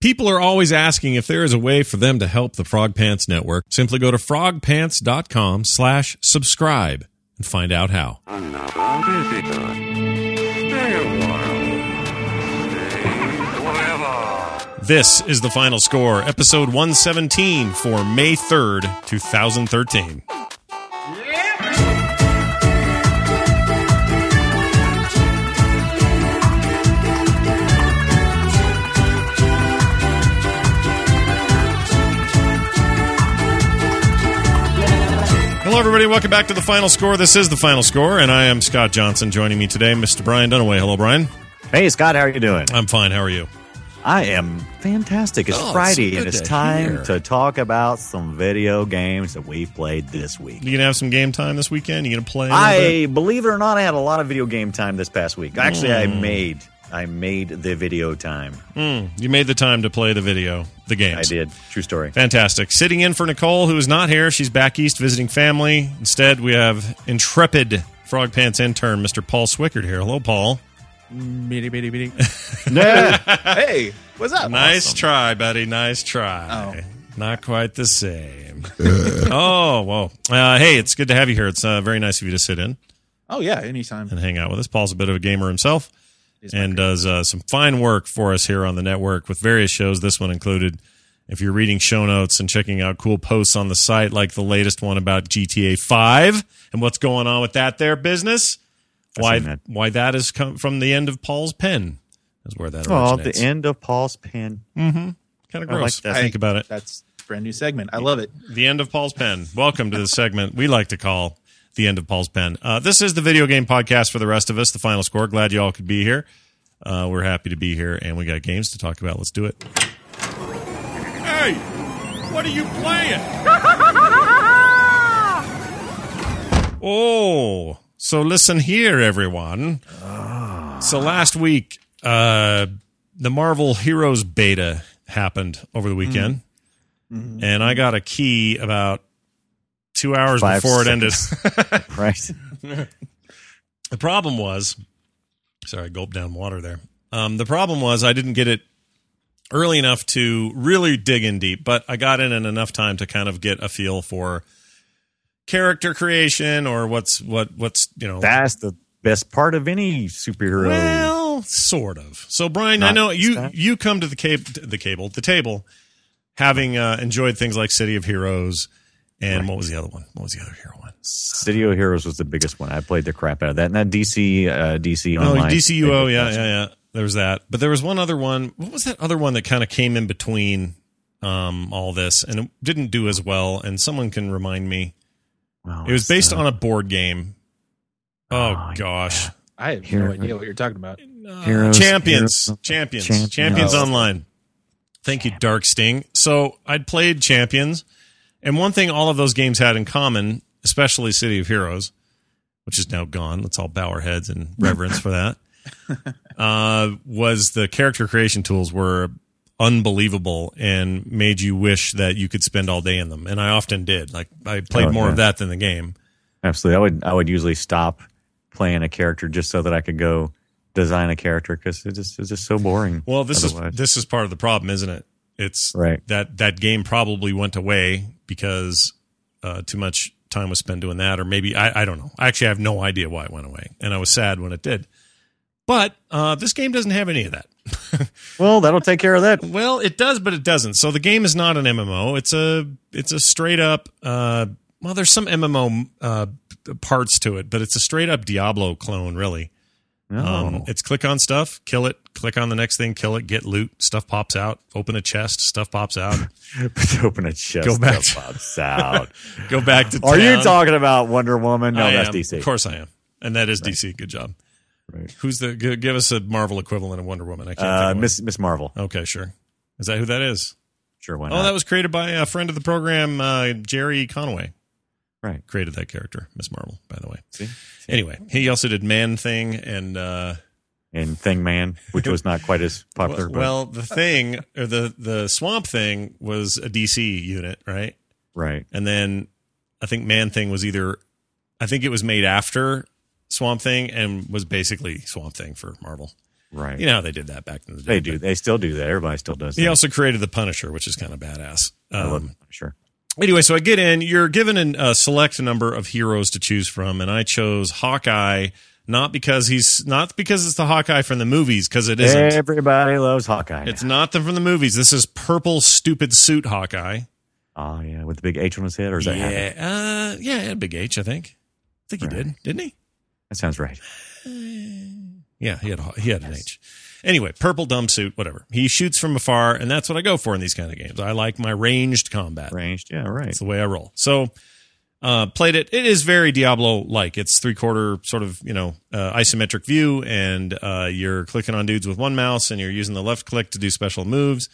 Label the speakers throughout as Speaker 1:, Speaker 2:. Speaker 1: People are always asking if there is a way for them to help the Frog Pants Network. Simply go to frogpants.com slash subscribe and find out how.
Speaker 2: Another visitor. Stay a while. Stay forever.
Speaker 1: This is the final score, episode 117 for May 3rd, 2013. Hello, everybody. Welcome back to the final score. This is the final score, and I am Scott Johnson. Joining me today, Mr. Brian Dunaway. Hello, Brian.
Speaker 3: Hey, Scott, how are you doing?
Speaker 1: I'm fine. How are you?
Speaker 3: I am fantastic. It's
Speaker 1: Uh, Oh, it's
Speaker 3: Friday,
Speaker 1: good
Speaker 3: and it's
Speaker 1: to
Speaker 3: time
Speaker 1: hear.
Speaker 3: to talk about some video games that we've played this week.
Speaker 1: You gonna have some game time this weekend? You gonna play? a little bit?
Speaker 3: I believe it or not, I had a lot of video game time this past week. Actually, I
Speaker 1: Mm.
Speaker 3: made I made the video time.
Speaker 1: Hmm. you made the time to play the video, the games.
Speaker 3: I did. True story.
Speaker 1: Fantastic. Sitting in for Nicole, who is not here. She's back east visiting family. Instead, we have intrepid Frog Pants intern, Mr. Paul Swickard here. Hello, Paul.
Speaker 4: Bitty, bitty, bitty.
Speaker 5: hey, what's up?
Speaker 1: Nice try, buddy. Nice try. Not quite the same. oh, whoa. Uh, hey, it's good to have you here. It's uh, very nice of you to sit in
Speaker 4: Oh yeah, anytime.
Speaker 1: and hang out with us. Paul's a bit of a gamer himself and does uh, some fine work for us here on the network with various shows, this one included. If you're reading show notes and checking out cool posts on the site, like the latest one about GTA 5 and what's going on with that there business, why
Speaker 3: seen that.
Speaker 1: why that is come from the end of Paul's pen is where that
Speaker 3: Oh, the
Speaker 1: originates.
Speaker 3: end of Paul's pen.
Speaker 1: kind of
Speaker 3: I like
Speaker 1: gross.
Speaker 3: that.
Speaker 1: I think about it.
Speaker 4: That's a brand new segment. I love it.
Speaker 1: The end of Paul's pen. Welcome to the segment we like to call the end of Paul's pen. Uh, this is the video game podcast for the rest of us. The final score. Glad you all could be here. Uh, we're happy to be here, and we got games to talk about. Let's do it. Hey, what are you playing? oh, so listen here, everyone. So last week, uh, the Marvel Heroes beta happened over the weekend and I got a key about two hours
Speaker 3: Five
Speaker 1: before it ended.
Speaker 3: Right.
Speaker 1: the problem was, sorry, I gulped down water there. Um, the problem was I didn't get it early enough to really dig in deep, but I got in in enough time to kind of get a feel for character creation or what's what what's you know
Speaker 3: That's the best part of any superhero.
Speaker 1: Well, sort of. So, Brian, I
Speaker 3: Not
Speaker 1: know you
Speaker 3: that.
Speaker 1: you come to the cable, the cable, the table, having uh, enjoyed things like City of Heroes, and what was the other one? What was the other hero one?
Speaker 3: City of Heroes was the biggest one. I played the crap out of that. And that DC, uh, DC
Speaker 1: Oh,
Speaker 3: online.
Speaker 1: DCUO. Yeah, yeah, yeah. There was that, but there was one other one. What was that other one that kind of came in between um, all this and it didn't do as well? And someone can remind me.
Speaker 3: Well,
Speaker 1: It was
Speaker 3: it's,
Speaker 1: based
Speaker 3: uh,
Speaker 1: on a board game. Oh,
Speaker 3: Oh,
Speaker 1: gosh,
Speaker 4: I have
Speaker 3: Here.
Speaker 4: no idea what you're talking about.
Speaker 3: Heroes,
Speaker 1: champions,
Speaker 3: Heroes-
Speaker 1: champions, champions,
Speaker 3: Champions.
Speaker 1: online. Thank you, Dark Sting. So I'd played Champions, and one thing all of those games had in common, especially City of Heroes, which is now gone. Let's all bow our heads in reverence for that. Uh, was the character creation tools were unbelievable and made you wish that you could spend all day in them, and I often did. Like I played
Speaker 3: Oh,
Speaker 1: more of
Speaker 3: yeah.
Speaker 1: that than the game.
Speaker 3: Absolutely. I would I would usually stop playing a character just so that I could go design a character because it's just, it's just so boring.
Speaker 1: Well, this
Speaker 3: otherwise.
Speaker 1: is this is part of the problem, isn't it? It's
Speaker 3: Right.
Speaker 1: that that game probably went away because uh, too much time was spent doing that, or maybe I, I don't know. I actually have no idea why it went away, and I was sad when it did. But uh, this game doesn't have any of that.
Speaker 3: well, that'll take care of that.
Speaker 1: Well, it does, but it doesn't. So the game is not an MMO. It's a it's a straight up. Uh, well, there's some MMO uh, parts to it, but it's a straight up Diablo clone, really.
Speaker 3: No.
Speaker 1: Um, it's click on stuff, kill it, click on the next thing, kill it, get loot, stuff pops out, open a chest, stuff pops out,
Speaker 3: open a chest.
Speaker 1: Go back.
Speaker 3: that pops out.
Speaker 1: go back to.
Speaker 3: Are you
Speaker 1: town.
Speaker 3: talking about Wonder Woman? No,
Speaker 1: I
Speaker 3: that's
Speaker 1: am.
Speaker 3: DC.
Speaker 1: Of course I am, and that is DC. Good job.
Speaker 3: Right.
Speaker 1: Who's the? gi- Give us a Marvel equivalent of Wonder Woman. I can't. think
Speaker 3: Uh,
Speaker 1: of one.
Speaker 3: Miss Miss Marvel.
Speaker 1: Okay, sure. Is that who that is?
Speaker 3: Sure, why
Speaker 1: oh,
Speaker 3: not?
Speaker 1: that was created by a friend of the program, uh, Jerry Conway.
Speaker 3: right.
Speaker 1: Created that character, Miss Marvel. By the way.
Speaker 3: See?
Speaker 1: Anyway, he also did Man Thing and. Uh,
Speaker 3: And Thing Man, which was not quite as popular.
Speaker 1: well, well, the thing or the the Swamp Thing was a DC unit, right?
Speaker 3: but, right.
Speaker 1: and then I think Man Thing was either I think it was made after Swamp Thing and was basically Swamp Thing for Marvel.
Speaker 3: Right.
Speaker 1: You know how they did that back in the day.
Speaker 3: they do. They still do that. Everybody still does.
Speaker 1: He
Speaker 3: that.
Speaker 1: also created the Punisher, which is kind of badass.
Speaker 3: I love
Speaker 1: Um,
Speaker 3: it. Sure.
Speaker 1: anyway, so I get in. You're given an- a select number of heroes to choose from, and I chose Hawkeye. Not because he's not because it's the Hawkeye from the movies, because it isn't.
Speaker 3: Everybody loves Hawkeye.
Speaker 1: It's not the from the movies. This is purple stupid suit Hawkeye.
Speaker 3: oh yeah, with the big H on his head, or is that? Happy?
Speaker 1: yeah, uh, yeah, it had Big H, I think. I think he
Speaker 3: Right.
Speaker 1: did, didn't he?
Speaker 3: That sounds right.
Speaker 1: Yeah, he had a, he had an H. Anyway, purple dumb suit, whatever. He shoots from afar, and that's what I go for in these kind of games. I like my ranged combat.
Speaker 3: Ranged. Yeah. Right.
Speaker 1: It's the way I roll. So uh, played it. It is very Diablo like. It's three quarter sort of you know uh, isometric view, and uh, you're clicking on dudes with one mouse, and you're using the left click to do special moves,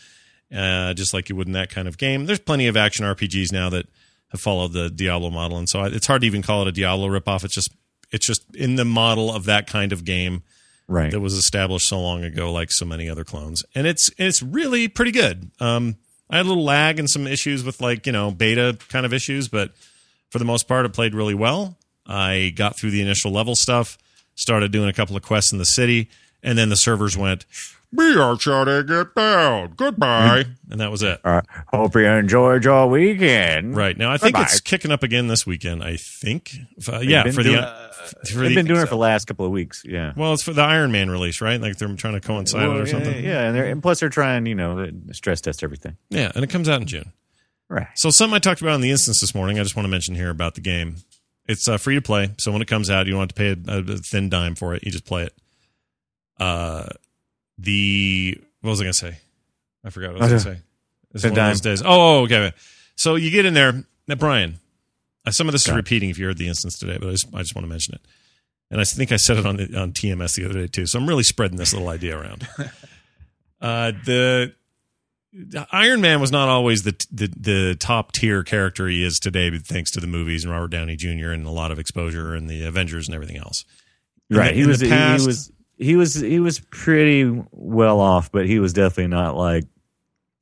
Speaker 1: uh, just like you would in that kind of game. There's plenty of action RPGs now that have followed the Diablo model, and so I, it's hard to even call it a Diablo ripoff. It's just it's just in the model of that kind of game
Speaker 3: Right.
Speaker 1: that was established so long ago, like so many other clones. And it's it's really pretty good. Um, I had a little lag and some issues with like you know beta kind of issues, but for the most part, it played really well. I got through the initial level stuff, started doing a couple of quests in the city, and then the servers went, "We are shouting get down, goodbye,"
Speaker 3: Mm-hmm.
Speaker 1: and that was it.
Speaker 3: All right. Hope you enjoyed your weekend.
Speaker 1: Right now, I think
Speaker 3: Goodbye.
Speaker 1: it's kicking up again this weekend. I think, If I- yeah,
Speaker 3: been
Speaker 1: for the,
Speaker 3: doing-
Speaker 1: uh, for
Speaker 3: They've been
Speaker 1: the
Speaker 3: doing it for the last couple of weeks. Yeah.
Speaker 1: well, it's for the Iron Man release, right? Like they're trying to coincide
Speaker 3: Well,
Speaker 1: it or
Speaker 3: yeah,
Speaker 1: something.
Speaker 3: Yeah, and, they're, and plus they're trying, you know, to stress test everything.
Speaker 1: yeah, and it comes out in June.
Speaker 3: Right.
Speaker 1: So something I talked about in the instance this morning, I just want to mention here about the game. It's uh, free to play, so when it comes out, you don't have to pay a, a thin dime for it. You just play it. Uh, the what was I going to say? I forgot what I was going to say. It's
Speaker 3: Thin
Speaker 1: one of those days. Oh, okay. So you get in there. Now, Brian, uh, some of this is
Speaker 3: Got it.
Speaker 1: repeating if you heard the instance today, but I just, I just want to mention it. And I think I said it on the, on TMS the other day too. So I'm really spreading this little idea around. Uh, the Iron Man was not always the the, the top tier character he is today, but thanks to the movies and Robert Downey Jr. and a lot of exposure and the Avengers and everything else. In the-
Speaker 3: Right. he
Speaker 1: in the
Speaker 3: was he-
Speaker 1: past-
Speaker 3: he was he was he was pretty well off, but he was definitely not like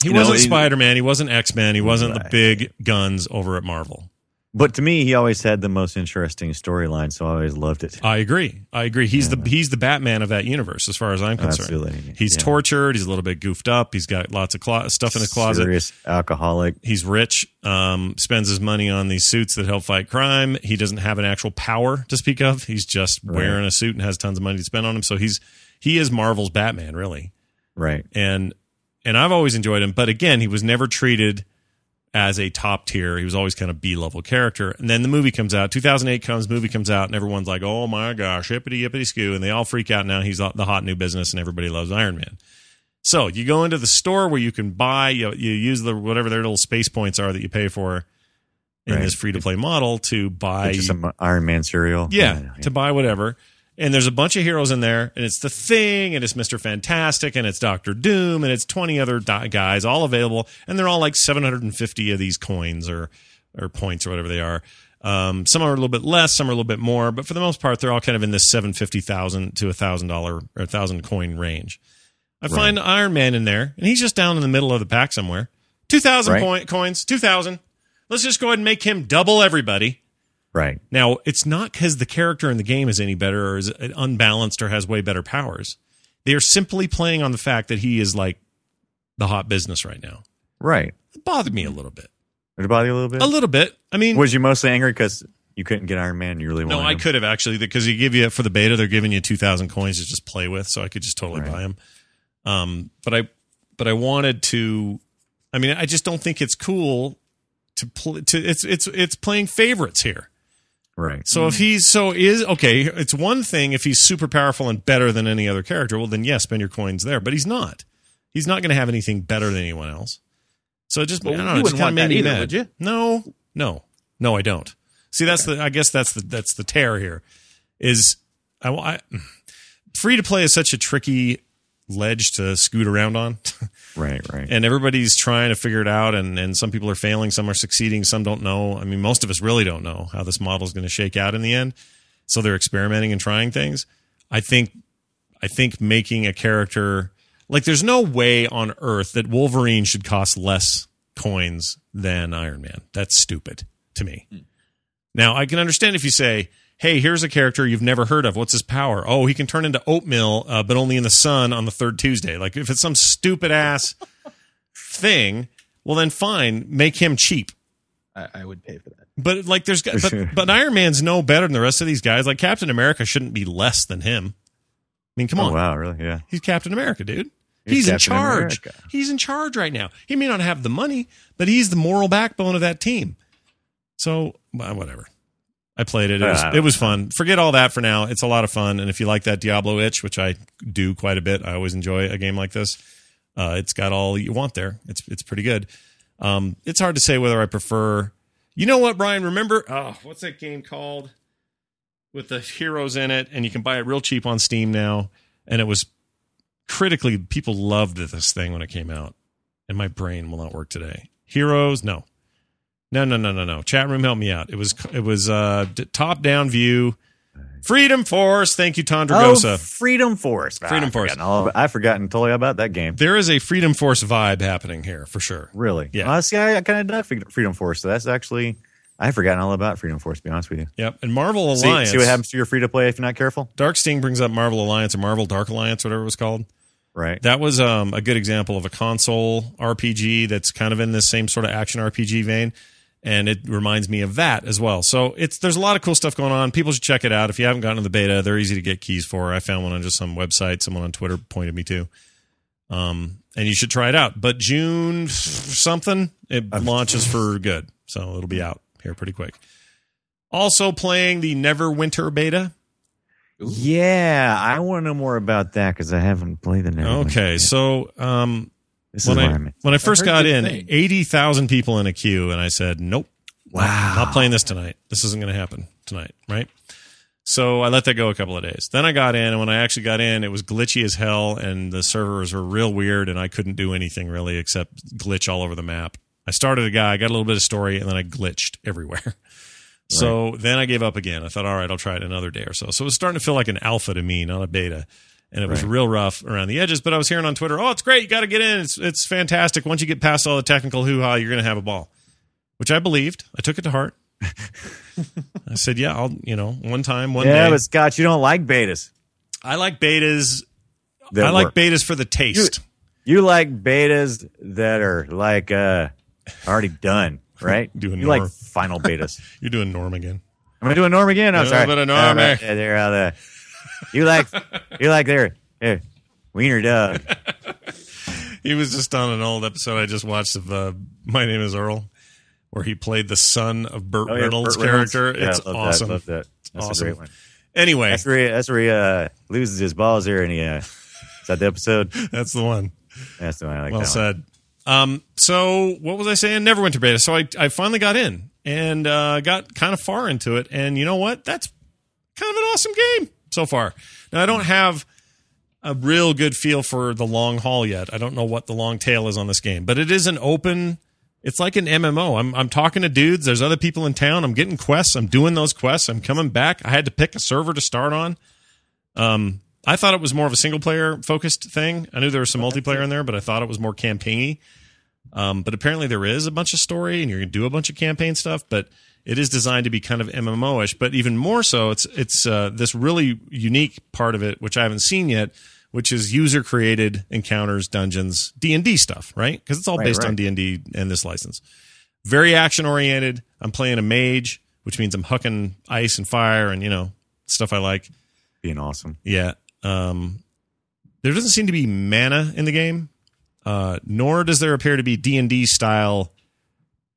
Speaker 1: He
Speaker 3: you know,
Speaker 1: wasn't
Speaker 3: he-
Speaker 1: Spider Man. He wasn't X Men. He wasn't the
Speaker 3: Right.
Speaker 1: big guns over at Marvel.
Speaker 3: but to me he always had the most interesting storyline, so I always loved it.
Speaker 1: I agree. I agree. He's the he's the Batman of that universe, as far as I'm concerned.
Speaker 3: Absolutely.
Speaker 1: He's
Speaker 3: Yeah.
Speaker 1: tortured. He's a little bit goofed up. He's got lots of clo- stuff in his closet.
Speaker 3: Serious alcoholic.
Speaker 1: He's rich, um, spends his money on these suits that help fight crime. He doesn't have an actual power to speak of. He's just
Speaker 3: Right.
Speaker 1: wearing a suit and has tons of money to spend on him. So he's he is Marvel's Batman, really.
Speaker 3: Right.
Speaker 1: And and I've always enjoyed him, but again, he was never treated as a top tier. He was always kind of B level character. And then the movie comes out, 2008 comes, movie comes out, and everyone's like, "Oh my gosh, hippity yippity scoo!" And they all freak out. Now he's the hot new business, and everybody loves Iron Man. So you go into the store where you can buy, you, you use the whatever their little space points are that you pay for in
Speaker 3: Right.
Speaker 1: this free to play model to buy
Speaker 3: Just some Iron Man cereal.
Speaker 1: yeah,
Speaker 3: yeah.
Speaker 1: to buy whatever. And there's a bunch of heroes in there, and it's the Thing, and it's Mister Fantastic, and it's Doctor Doom, and it's 20 other di- guys, all available, and they're all like 750 of these coins or or points or whatever they are. Um, some are a little bit less, some are a little bit more, but for the most part, they're all kind of in this 750,000 to a thousand dollar or thousand coin range. I find Iron Man in there, and he's just down in the middle of the pack somewhere. 2,000
Speaker 3: Right.
Speaker 1: point, coins, 2,000. Let's just go ahead and make him double everybody.
Speaker 3: Right.
Speaker 1: Now, it's not because the character in the game is any better or is unbalanced or has way better powers. They are simply playing on the fact that he is like the hot business right now.
Speaker 3: Right.
Speaker 1: It bothered me a little bit.
Speaker 3: Did it bother you a little bit?
Speaker 1: A little bit. I mean,
Speaker 3: Was you mostly angry because you couldn't get Iron Man? You really
Speaker 1: no,
Speaker 3: wanted
Speaker 1: I
Speaker 3: him?
Speaker 1: could have actually because you give you for the beta, they're giving you two thousand coins to just play with, so I could just totally
Speaker 3: Right.
Speaker 1: buy them. Um, but I, but I wanted to. I mean, I just don't think it's cool to play. To it's it's it's playing favorites here.
Speaker 3: Right.
Speaker 1: So if
Speaker 4: Hmm.
Speaker 1: he's so is okay, it's one thing if he's super powerful and better than any other character. Well, then yes, spend your coins there. But he's not. He's not going to have anything better than anyone else. So it just
Speaker 4: Well,
Speaker 1: I don't know,
Speaker 4: you
Speaker 1: it just
Speaker 4: wouldn't
Speaker 1: kinda
Speaker 4: want that
Speaker 1: made
Speaker 4: either,
Speaker 1: me mad.
Speaker 4: would you?
Speaker 1: No, no, no. I don't. See, that's the. I guess that's the that's the tear here. Is I, I hmm. free to play is such a tricky ledge to scoot around on.
Speaker 3: Right. Right.
Speaker 1: and everybody's trying to figure it out and, and some people are failing some are succeeding some don't know i mean most of us really don't know how this model is going to shake out in the end so they're experimenting and trying things i think i think making a character like there's no way on earth that wolverine should cost less coins than iron man that's stupid to me now i can understand if you say hey, here's a character you've never heard of. What's his power? Oh, he can turn into oatmeal, uh, but only in the sun on the third Tuesday. Like if it's some stupid ass thing, well then fine, make him cheap.
Speaker 4: I, I would pay for that.
Speaker 1: But like there's got- but, but Iron Man's no better than the rest of these guys. Like Captain America shouldn't be less than him. I mean, come on.
Speaker 3: Oh, wow, really? Yeah.
Speaker 1: He's Captain America, dude. He's,
Speaker 3: He's
Speaker 1: in
Speaker 3: Captain
Speaker 1: charge.
Speaker 3: America.
Speaker 1: He's in charge right now. He may not have the money, but he's the moral backbone of that team. So, well, whatever. I played it. It
Speaker 3: Yeah,
Speaker 1: was,
Speaker 3: I don't
Speaker 1: it was fun. Forget all that for now. It's a lot of fun. And if you like that Diablo itch, which I do quite a bit, I always enjoy a game like this. Uh, it's got all you want there. It's it's pretty good. Um, it's hard to say whether I prefer. You know what, Brian? Remember, oh, what's that game called with the heroes in it? And you can buy it real cheap on Steam now. And it was critically, people loved this thing when it came out. And my brain will not work today. Heroes, no, no, no, no, no, no. Chat room, help me out. It was it was uh, d- top down view. Freedom Force. Thank you,
Speaker 3: Oh,
Speaker 1: Tondragosa.
Speaker 3: Freedom Force. Ah,
Speaker 1: uh, Freedom
Speaker 3: I've
Speaker 1: Force.
Speaker 3: forgotten all- I've forgotten totally about that game.
Speaker 1: there is a Freedom Force vibe happening here for sure.
Speaker 3: Really?
Speaker 1: Yeah.
Speaker 3: Well, see, I, I kind of dug Fre- Freedom Force. So that's actually, I've forgotten all about Freedom Force, to be honest with you.
Speaker 1: Yep. And Marvel
Speaker 3: See,
Speaker 1: Alliance.
Speaker 3: see what happens to your free to play if you're not careful?
Speaker 1: Darksting brings up Marvel Alliance or Marvel Dark Alliance, whatever it was called.
Speaker 3: Right.
Speaker 1: That was um, a good example of a console RPG that's kind of in the same sort of action RPG vein, and it reminds me of that as well. So it's there's a lot of cool stuff going on. People should check it out. If you haven't gotten to the beta, they're easy to get keys for. I found one on just some website. Someone on Twitter pointed me to. Um, and you should try it out. But June f- something it launches for good, so it'll be out here pretty quick. Also playing the Neverwinter beta.
Speaker 3: yeah, I want to know more about that because I haven't played the Neverland.
Speaker 1: Okay,
Speaker 3: yet.
Speaker 1: so um,
Speaker 3: this is
Speaker 1: when
Speaker 3: why
Speaker 1: I,
Speaker 3: I'm in.
Speaker 1: when I first
Speaker 4: heard
Speaker 1: got
Speaker 4: good
Speaker 1: in,
Speaker 4: things.
Speaker 1: eighty thousand people in a queue, and I said, "Nope,
Speaker 3: Wow.
Speaker 1: not playing this tonight. This isn't going to happen tonight, right?" So I let that go a couple of days. Then I got in, and when I actually got in, it was glitchy as hell, and the servers were real weird, and I couldn't do anything really except glitch all over the map. I started a guy, I got a little bit of story, and then I glitched everywhere. So then I gave up again. I thought, all right, I'll try it another day or so. So it was starting to feel like an alpha to me, not a beta. And it was
Speaker 3: Right.
Speaker 1: real rough around the edges. But I was hearing on Twitter, oh, it's great. You got to get in. It's, it's fantastic. Once you get past all the technical hoo ha, you're going to have a ball, which I believed. I took it to heart. I said, yeah, I'll, you know, one time, one
Speaker 3: yeah,
Speaker 1: day.
Speaker 3: but Scott, you don't like betas.
Speaker 1: I like betas.
Speaker 3: that
Speaker 1: I like
Speaker 3: work.
Speaker 1: betas for the taste.
Speaker 3: You like betas that are like uh already done, right?
Speaker 1: Do a
Speaker 3: you like
Speaker 1: norm.
Speaker 3: final betas.
Speaker 1: You're doing Norm again.
Speaker 3: Am I doing norm again? I'm
Speaker 1: A
Speaker 3: sorry.
Speaker 1: little bit of
Speaker 3: Uh,
Speaker 1: norm, eh?
Speaker 3: uh, they're uh, the- you like you like their, their wiener dog.
Speaker 1: He was just on an old episode I just watched of uh, My Name is Earl, where he played the son of Burt
Speaker 3: Oh, yeah,
Speaker 1: Reynolds'
Speaker 3: Burt Reynolds.
Speaker 1: character.
Speaker 3: Yeah,
Speaker 1: it's
Speaker 3: I love
Speaker 1: awesome.
Speaker 3: That, love that. That's
Speaker 1: Awesome.
Speaker 3: a great one.
Speaker 1: Anyway,
Speaker 3: That's where he, that's where he uh, loses his balls here, and he uh, is that the episode?
Speaker 1: that's the one.
Speaker 3: That's the one I like.
Speaker 1: Well
Speaker 3: that one.
Speaker 1: said. Um, so what was I saying? Neverwinter beta. So I, I finally got in and uh, got kind of far into it, and you know what? That's kind of an awesome game so far. Now I don't have a real good feel for the long haul yet. I don't know what the long tail is on this game, but it is an open. It's like an MMO. I'm I'm talking to dudes. There's other people in town. I'm getting quests. I'm doing those quests. I'm coming back. I had to pick a server to start on. Um, I thought it was more of a single player focused thing. I knew there was some multiplayer in there, but I thought it was more campaigny. Um, but apparently there is a bunch of story, and you're gonna do a bunch of campaign stuff. But it is designed to be kind of MMO ish. But even more so, it's it's uh, this really unique part of it, which I haven't seen yet, which is user created encounters, dungeons, D and D stuff, right? Because it's all
Speaker 3: Right,
Speaker 1: based
Speaker 3: right.
Speaker 1: on D and D and this license. Very action oriented. I'm playing a mage, which means I'm hucking ice and fire, and you know stuff I like.
Speaker 3: being awesome.
Speaker 1: Yeah. Um, there doesn't seem to be mana in the game, uh, nor does there appear to be D and D style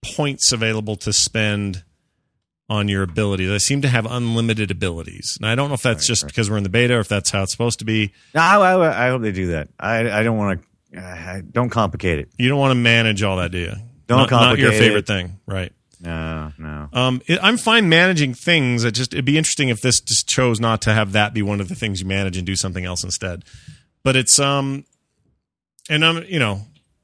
Speaker 1: points available to spend on your abilities. I seem to have unlimited abilities, and I don't know if that's
Speaker 3: Right,
Speaker 1: just
Speaker 3: right.
Speaker 1: because we're in the beta or if that's how it's supposed to be.
Speaker 3: No, I, I, I hope they do that. I I don't want to. I don't complicate it.
Speaker 1: You don't want to manage all that, do you?
Speaker 3: Don't
Speaker 1: not, not your
Speaker 3: complicate
Speaker 1: favorite
Speaker 3: it.
Speaker 1: thing, right?
Speaker 3: No, no.
Speaker 1: Um, it, I'm fine managing things. It just it'd be interesting if this just chose not to have that be one of the things you manage and do something else instead. But it's um, and um, you know,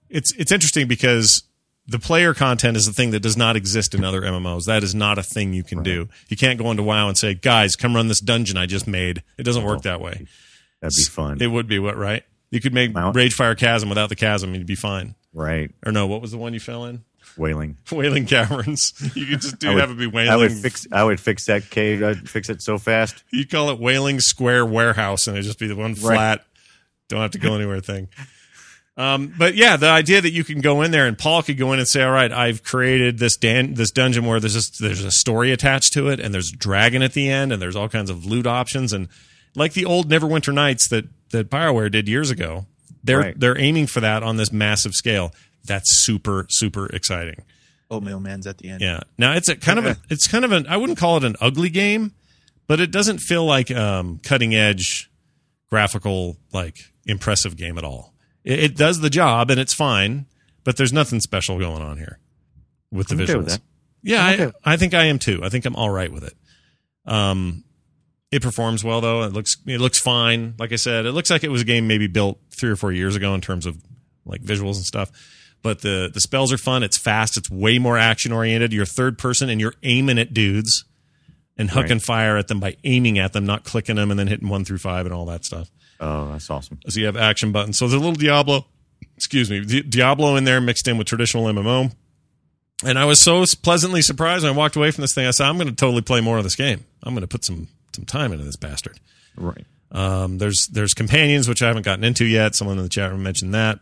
Speaker 1: it's it's interesting because the player content is the thing that does not exist in other MMOs. That is not a thing you can do. You can't go into WoW and say, "Guys, come run this dungeon I just made." It doesn't work that way.
Speaker 3: That'd be fun.
Speaker 1: It would be what, right? You could make
Speaker 3: Mount-
Speaker 1: Rage Fire Chasm without the chasm, and you'd be fine.
Speaker 3: Right.
Speaker 1: Or no, what was the one you fell in?
Speaker 3: Wailing.
Speaker 1: Whaling Caverns. You could just do
Speaker 3: I would-
Speaker 1: have it be
Speaker 3: I would
Speaker 1: Whaling.
Speaker 3: fix. I would fix that cave. I'd fix it so fast.
Speaker 1: you call it Whaling Square Warehouse, and it'd just be the one flat, don't have to go anywhere thing. Um, but yeah, the idea that you can go in there and Paul could go in and say, "All right, I've created this dan- this dungeon where there's this, there's a story attached to it, and there's a dragon at the end, and there's all kinds of loot options, and like the old Neverwinter Nights that that Bioware did years ago, they're
Speaker 3: Right.
Speaker 1: they're aiming for that on this massive scale. That's super super exciting.
Speaker 4: Oatmeal man's at the end.
Speaker 1: Yeah. Now it's a kind of a, it's kind of an I wouldn't call it an ugly game, but it doesn't feel like um, cutting edge graphical like impressive game at all. It, it does the job and it's fine, but there's nothing special going on here with the
Speaker 3: I'm
Speaker 1: visuals.
Speaker 3: okay with that.
Speaker 1: Yeah,
Speaker 3: I'm okay with
Speaker 1: I, I think I am too. I think I'm all right with it. Um, it performs well though. It looks it looks fine. Like I said, it looks like it was a game maybe built three or four years ago in terms of like visuals and stuff. But the the spells are fun. It's fast. It's way more action oriented. You're third person and you're aiming at dudes and hucking
Speaker 3: Right.
Speaker 1: fire at them by aiming at them, not clicking them, and then hitting one through five and all that stuff.
Speaker 3: Oh, that's awesome.
Speaker 1: So you have action buttons. So there's a little Diablo, excuse me, Di- Diablo in there mixed in with traditional MMO. And I was so s- pleasantly surprised when I walked away from this thing. I said, I'm going to totally play more of this game. I'm going to put some some time into this bastard.
Speaker 3: Right.
Speaker 1: Um, there's there's companions which I haven't gotten into yet. Someone in the chat room mentioned that.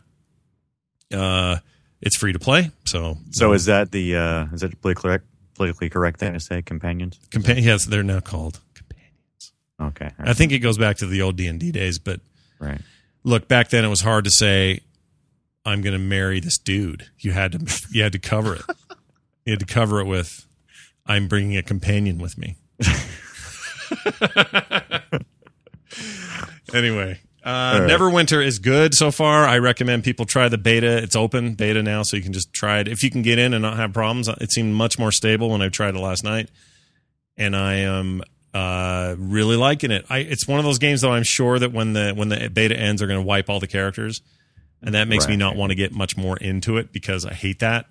Speaker 1: Uh, it's free to play, so
Speaker 3: So is that the uh, is that politically correct, politically correct thing to say? Companions.
Speaker 1: compa- yes, they're now called companions.
Speaker 3: Okay.
Speaker 1: I think it goes back to the old D and D days, but
Speaker 3: Right.
Speaker 1: look back then it was hard to say i'm going to marry this dude you had to you had to cover it you had to cover it with i'm bringing a companion with me anyway uh,
Speaker 3: All right.
Speaker 1: neverwinter is good so far i recommend people try the beta it's open beta now so you can just try it if you can get in and not have problems it seemed much more stable when i tried it last night and I am uh, really liking it. I, it's one of those games though. I'm sure that when the when the beta ends, they're going to wipe all the characters, and that makes me
Speaker 3: Right.
Speaker 1: not want to get much more into it because I hate that.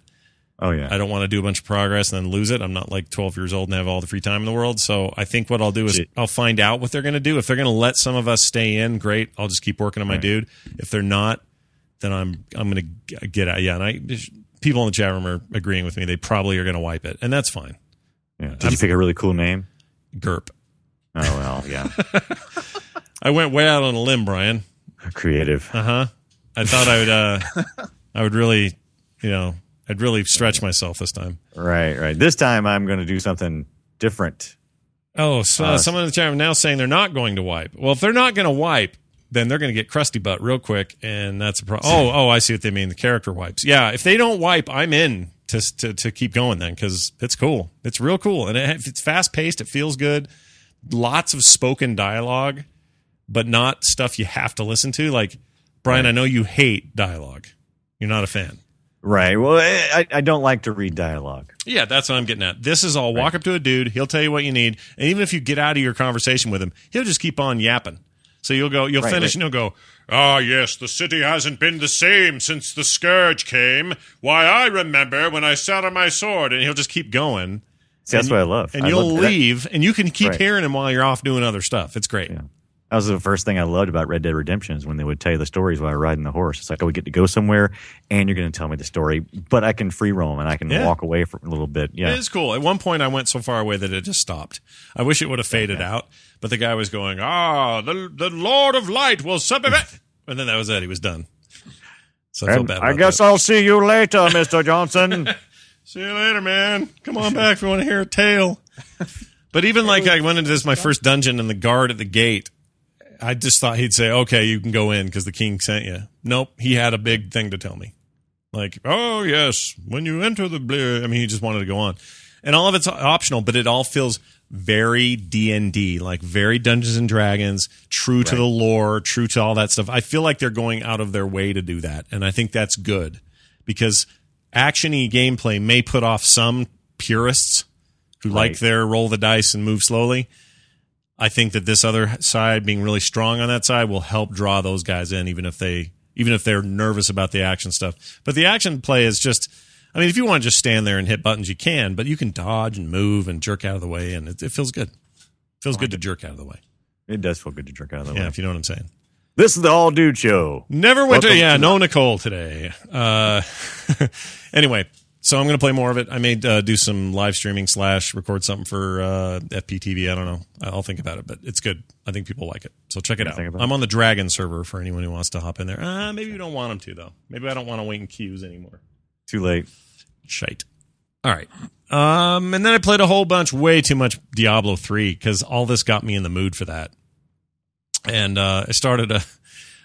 Speaker 3: Oh yeah.
Speaker 1: I don't want to do a bunch of progress and then lose it. I'm not like 12 years old and have all the free time in the world. So I think what I'll do is
Speaker 3: Shit.
Speaker 1: I'll find out what they're going to do. If they're going to let some of us stay in, great. I'll just keep working on my
Speaker 3: Right.
Speaker 1: dude. If they're not, then I'm I'm going to get out. Yeah, and I people in the chat room are agreeing with me. They probably are going to wipe it, and that's fine.
Speaker 3: Yeah. Did
Speaker 1: I'm-
Speaker 3: you pick a really cool name?
Speaker 1: Gerp.
Speaker 3: Oh well, yeah.
Speaker 1: I went way out on a limb, Brian.
Speaker 3: Creative.
Speaker 1: Uh huh. I thought I would. uh I would really, you know, I'd really stretch myself this time.
Speaker 3: Right. Right. This time I'm going to do something different.
Speaker 1: Oh, so
Speaker 3: Uh,
Speaker 1: someone in the chat room now saying they're not going to wipe. Well, if they're not going to wipe, then they're going to get crusty butt real quick, and that's a problem. Oh, oh, I see what they mean. The character wipes. Yeah, if they don't wipe, I'm in to to, to keep going then because it's cool. It's real cool, and it, it's fast paced. It feels good. Lots of spoken dialogue, but not stuff you have to listen to. Like Brian, I know you hate dialogue. You're not a fan.
Speaker 3: Right. Well, I, I don't like to read dialogue.
Speaker 1: Yeah, that's what I'm getting at. This is all walk up to a dude, he'll tell you what you need, and even if you get out of your conversation with him, he'll just keep on yapping. So you'll go, you'll
Speaker 3: Right,
Speaker 1: finish, and he'll go, Ah, yes, the city hasn't been the same since the scourge came. Why, I remember when I sat on my sword, and he'll just keep going,
Speaker 3: See, that's
Speaker 1: And
Speaker 3: what I love.
Speaker 1: and
Speaker 3: I
Speaker 1: you'll
Speaker 3: love- that-
Speaker 1: leave, and you can keep
Speaker 3: Right.
Speaker 1: hearing him while you're off doing other stuff. It's great.
Speaker 3: Yeah. That was the first thing I loved about Red Dead Redemption is when they would tell you the stories while riding the horse. It's like, oh, we get to go somewhere, and you're going to tell me the story, but I can free roam and I can
Speaker 1: Yeah.
Speaker 3: walk away for a little bit. Yeah,
Speaker 1: It is cool. At one point, I went so far away that it just stopped. I wish it would have faded out, but the guy was going, "Ah, the the Lord of Light will submit," and then that was it. He was done. So I felt
Speaker 3: And
Speaker 1: bad.
Speaker 3: I
Speaker 1: about
Speaker 3: guess
Speaker 1: that.
Speaker 3: I'll see you later, Mister Johnson.
Speaker 1: See you later, man. Come on back if you want to hear a tale. But even like I went into this my first dungeon and the guard at the gate, I just thought he'd say, "Okay, you can go in because the king sent you." Nope, he had a big thing to tell me. Like, oh yes, when you enter the blue, I mean, he just wanted to go on, and all of it's optional, but it all feels very D and D, like very Dungeons and Dragons, true to the lore, true to all that stuff. I feel like they're going out of their way to do that, and I think that's good because actiony gameplay may put off some purists who like
Speaker 3: Right.
Speaker 1: their roll the dice and move slowly. I think that this other side being really strong on that side will help draw those guys in, even if they even if they're nervous about the action stuff. But the action play is just. I mean, if you want to just stand there and hit buttons, you can, but you can dodge and move and jerk out of the way, and it, it feels good. feels good to jerk out of the way.
Speaker 3: it does feel good to drink out of the
Speaker 1: Yeah,
Speaker 3: way.
Speaker 1: if you know what I'm saying.
Speaker 3: This is the all dude show.
Speaker 1: Never went to
Speaker 3: Welcome
Speaker 1: yeah,
Speaker 3: to-
Speaker 1: no Nicole today. Uh, anyway, so I'm gonna play more of it. I may uh, do some live streaming slash record something for uh, FPTV. I don't know. I'll think about it, but it's good. I think people like it, so check it
Speaker 3: Yeah,
Speaker 1: out.
Speaker 3: think about
Speaker 1: I'm
Speaker 3: it.
Speaker 1: on the Dragon server for anyone who wants to hop in there. Uh, maybe you don't want them to though. Maybe I don't want to wait in queues anymore.
Speaker 3: Too late.
Speaker 1: Shite. All right. Um, and then I played a whole bunch, way too much Diablo three because all this got me in the mood for that. And uh, I started a,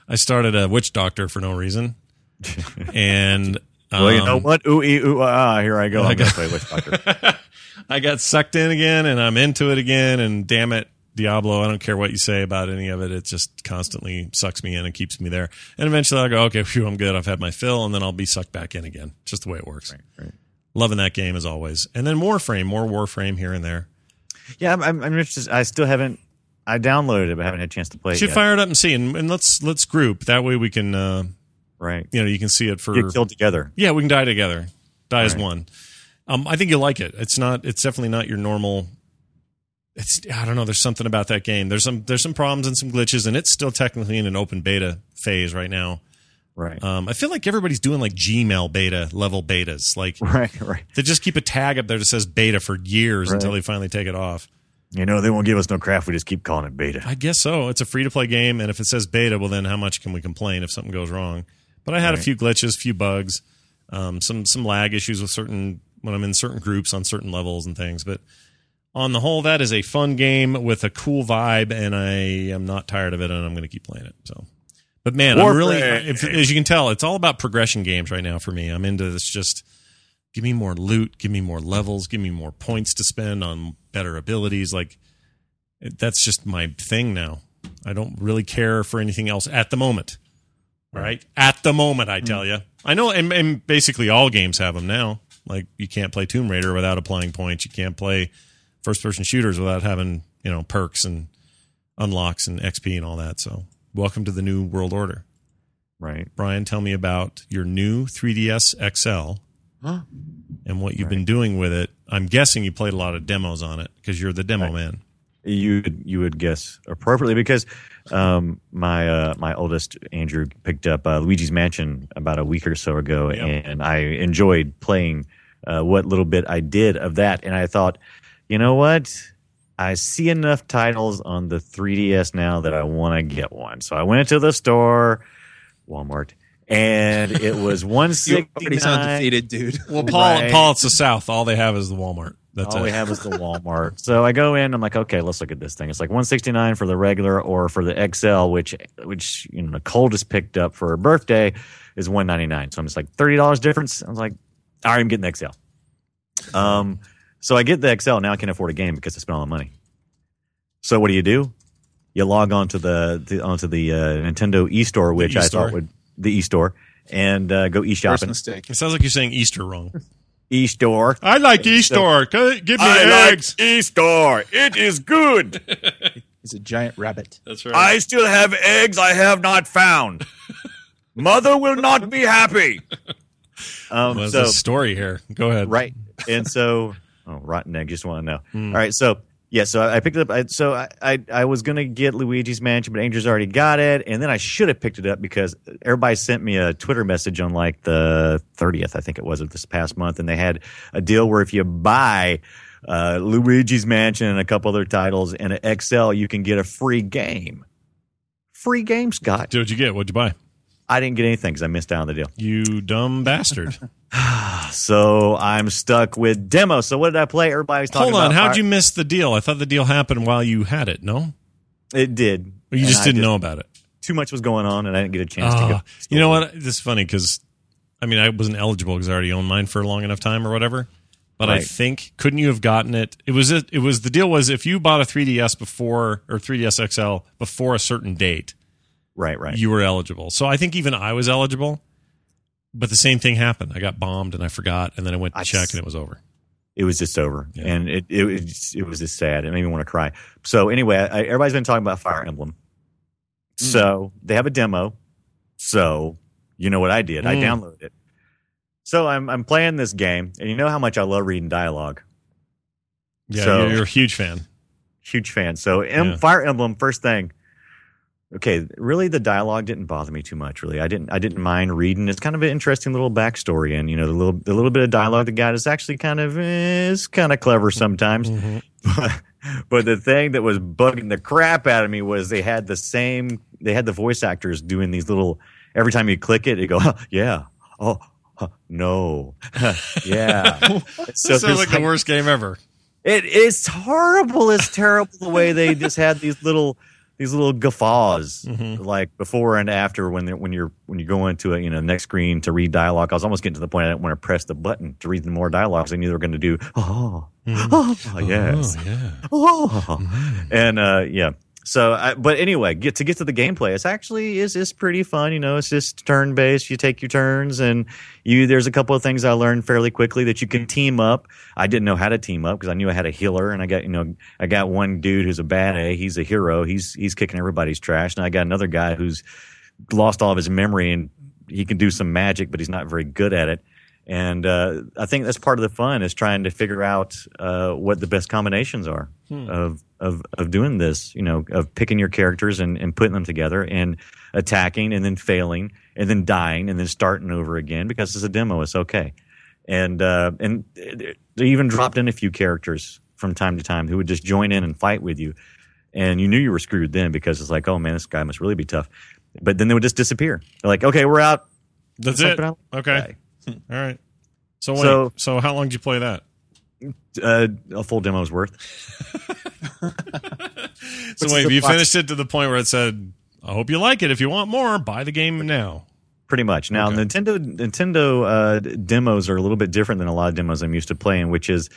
Speaker 1: I started a witch doctor for no reason, and um,
Speaker 3: well, you know what? Ooh, ee, ooh, ah, ah, here I go.
Speaker 1: I
Speaker 3: I'm going
Speaker 1: got-
Speaker 3: to play Witch Doctor.
Speaker 1: I got sucked in again, and I'm into it again. And damn it, Diablo! I don't care what you say about any of it. It just constantly sucks me in and keeps me there. And eventually, I will go, okay, phew, I'm good. I've had my fill, and then I'll be sucked back in again. Just the way it works.
Speaker 3: right.
Speaker 1: Loving that game as always. And then Warframe, more Warframe here and there.
Speaker 3: Yeah, I'm, I'm, I'm interested. I still haven't. I downloaded it, but haven't had a chance to play it
Speaker 1: Should
Speaker 3: yet.
Speaker 1: fire it up and see, and, and let's let's group. That way, we can uh,
Speaker 3: right.
Speaker 1: you know you can see it for
Speaker 3: Get killed together.
Speaker 1: Yeah, we can die together. Die as
Speaker 3: Right.
Speaker 1: one. Um, I think you'll like it. It's not. It's definitely not your normal. It's. I don't know. There's something about that game. There's some. There's some problems and some glitches, and it's still technically in an open beta phase right now.
Speaker 3: Right.
Speaker 1: Um, I feel like everybody's doing like Gmail beta level betas. Like
Speaker 3: right. Right.
Speaker 1: they just keep a tag up there that says beta for years
Speaker 3: Right.
Speaker 1: until they finally take it off.
Speaker 3: You know, they won't give us no craft. We just keep calling it beta.
Speaker 1: I guess so. It's a free to play game, and if it says beta, well, then how much can we complain if something goes wrong? But I had a
Speaker 3: Right.
Speaker 1: few glitches, few bugs, um, some some lag issues with certain when I'm in certain groups on certain levels and things. But on the whole, that is a fun game with a cool vibe, and I am not tired of it, and I'm going to keep playing it. So, but man, I'm really,
Speaker 3: Warframe.
Speaker 1: if, as you can tell, it's all about progression games right now for me. I'm into this just. Give me more loot. Give me more levels. Give me more points to spend on better abilities. Like it- that's just my thing now. I don't really care for anything else at the moment. All right, at the moment, I tell you, I know, and, and basically all games have them now. Like you can't play Tomb Raider without applying points. You can't play first-person shooters without having you know perks and unlocks and XP and all that. So, welcome to the new world order,
Speaker 3: Right.
Speaker 1: Brian. Tell me about your new 3DS XL and what you've been doing with it. I'm guessing you played a lot of demos on it because you're the demo
Speaker 3: Right.
Speaker 1: man.
Speaker 3: you would- you would guess appropriately because um, my uh, my oldest Andrew picked up uh, Luigi's Mansion about a week or so ago,
Speaker 1: Yeah.
Speaker 3: and I enjoyed playing uh, what little bit I did of that, and I thought, you know what. I see enough titles on the 3DS now that I want to get one. So I went to the store, Walmart, and it was 169.
Speaker 5: You already sound defeated, dude.
Speaker 1: Well, Paul,
Speaker 3: Right.
Speaker 1: Paul, it's the South. All they have is the Walmart. That's
Speaker 3: all
Speaker 1: it.
Speaker 3: we have is the Walmart. so I go in. I'm like, okay, let's look at this thing. It's like 169 for the regular, or for the XL, which which you know Nicole just picked up for her birthday, is 199. So I'm just like thirty dollars difference. I was like, all right, I'm getting the XL. Um, so I get the XL now. I can afford a game because I spent all the money. So what do you do? You log onto the, the onto the uh, Nintendo eStore, which I
Speaker 1: e-store.
Speaker 3: thought would the eStore, and uh, go
Speaker 5: First
Speaker 3: e-shopping.
Speaker 5: mistake.
Speaker 1: It sounds like you're saying Easter wrong.
Speaker 3: E-store.
Speaker 1: I like Easter. Give me eggs.
Speaker 3: e-store. It is good.
Speaker 5: He's a giant rabbit.
Speaker 1: That's right.
Speaker 3: I still have eggs I have not found. Mother will not be happy. Um,
Speaker 1: What's
Speaker 3: so,
Speaker 1: the story here? Go ahead.
Speaker 3: right. And so, oh, rotten egg, just want to know.
Speaker 1: Hmm.
Speaker 3: All right. So, yeah, so I I picked it up. I, so I, I, I was going to get Luigi's Mansion, but Angel's already got it. And then I should have picked it up because everybody sent me a Twitter message on like the 30th, I think it was, of this past month. And they had a deal where if you buy uh, Luigi's Mansion and a couple other titles and an XL, you can get a free game. Free game, Scott.
Speaker 1: Dude, what'd you get? What'd you buy?
Speaker 3: I didn't get anything because I missed out on the deal.
Speaker 1: You dumb bastard.
Speaker 3: So I'm stuck with demo. So what did I play? Everybody's talking
Speaker 1: Hold on.
Speaker 3: about.
Speaker 1: How'd you miss the deal? I thought the deal happened while you had it. No,
Speaker 3: It did.
Speaker 1: Or you
Speaker 3: And
Speaker 1: just
Speaker 3: I
Speaker 1: didn't know about it.
Speaker 3: Too much was going on, and I didn't get a chance to
Speaker 1: Ah,
Speaker 3: go.
Speaker 1: you know what? This is funny because, I mean, I wasn't eligible because I already owned mine for a long enough time or whatever. But I
Speaker 3: Right.
Speaker 1: think couldn't you have gotten it? It was it, it was the deal was if you bought a 3ds before or 3ds XL before a certain date,
Speaker 3: Right, right.
Speaker 1: you were eligible. So I think even I was eligible, but the same thing happened. I got bombed and I forgot, and then I went to
Speaker 3: I
Speaker 1: check
Speaker 3: s-
Speaker 1: and it was over.
Speaker 3: it was just over,
Speaker 1: Yeah.
Speaker 3: and it it was it was just sad. It made me want to cry. So anyway, I, everybody's been talking about Fire Emblem.
Speaker 1: Mm.
Speaker 3: So they have a demo. So you know what I did? I
Speaker 1: Mm.
Speaker 3: downloaded it. So I'm I'm playing this game, and you know how much I love reading dialogue.
Speaker 1: Yeah,
Speaker 3: So-
Speaker 1: you're, you're a huge fan.
Speaker 3: Huge fan. So em-
Speaker 1: Yeah.
Speaker 3: Fire Emblem, first thing. okay, really the dialogue didn't bother me too much. Really, I didn't I didn't mind reading. It's kind of an interesting little backstory, and you know the little the little bit of dialogue the guy is actually kind of eh, is kind of clever sometimes. But, but the thing that was bugging the crap out of me was they had the same they had the voice actors doing these little every time you click it, you go yeah oh. huh, No, yeah. So
Speaker 1: This sounds
Speaker 3: there's
Speaker 1: like the worst game ever.
Speaker 3: it is horrible. It's terrible the way they just had these little these little guffaws like before and after when they're- when you're when you go into a you know next screen to read dialogue. I was almost getting to the point I didn't want to press the button to read the more dialogues. I knew they were going to do oh oh, yes
Speaker 1: Mm-hmm. Oh, yeah.
Speaker 3: oh and uh yeah. So, I, but anyway, get to get to the gameplay. It's actually is is pretty fun. You know, it's just turn based. You take your turns, and you. There's a couple of things I learned fairly quickly that you can team up. I didn't know how to team up because I knew I had a healer, and I got you know I got one dude who's a bad A. He's a hero. He's he's kicking everybody's trash, and I got another guy who's lost all of his memory and he can do some magic, but he's not very good at it. And uh, I think that's part of the fun is trying to figure out uh, what the best combinations are of, of of doing this. You know, of picking your characters and, and putting them together and attacking and then failing and then dying and then starting over again because it's a demo. It's okay. And uh, and they even dropped in a few characters from time to time who would just join in and fight with you and you knew you were screwed then because it's like, oh man, this guy must really be tough. But then they would just disappear. They're like, okay, we're out.
Speaker 1: That's
Speaker 3: That's
Speaker 1: it.
Speaker 3: something I like.
Speaker 1: Okay. All right. So wait. So,
Speaker 3: So-
Speaker 1: how long did you play that?
Speaker 3: Uh, a full demo's worth.
Speaker 1: So
Speaker 5: What's
Speaker 1: wait,
Speaker 5: the
Speaker 1: you
Speaker 5: plot?
Speaker 1: finished it to the point where it said, "I hope you like it. If you want more, buy the game now."
Speaker 3: Pretty much. Now,
Speaker 1: Okay.
Speaker 3: Nintendo Nintendo uh, d- demos are a little bit different than a lot of demos I'm used to playing, which is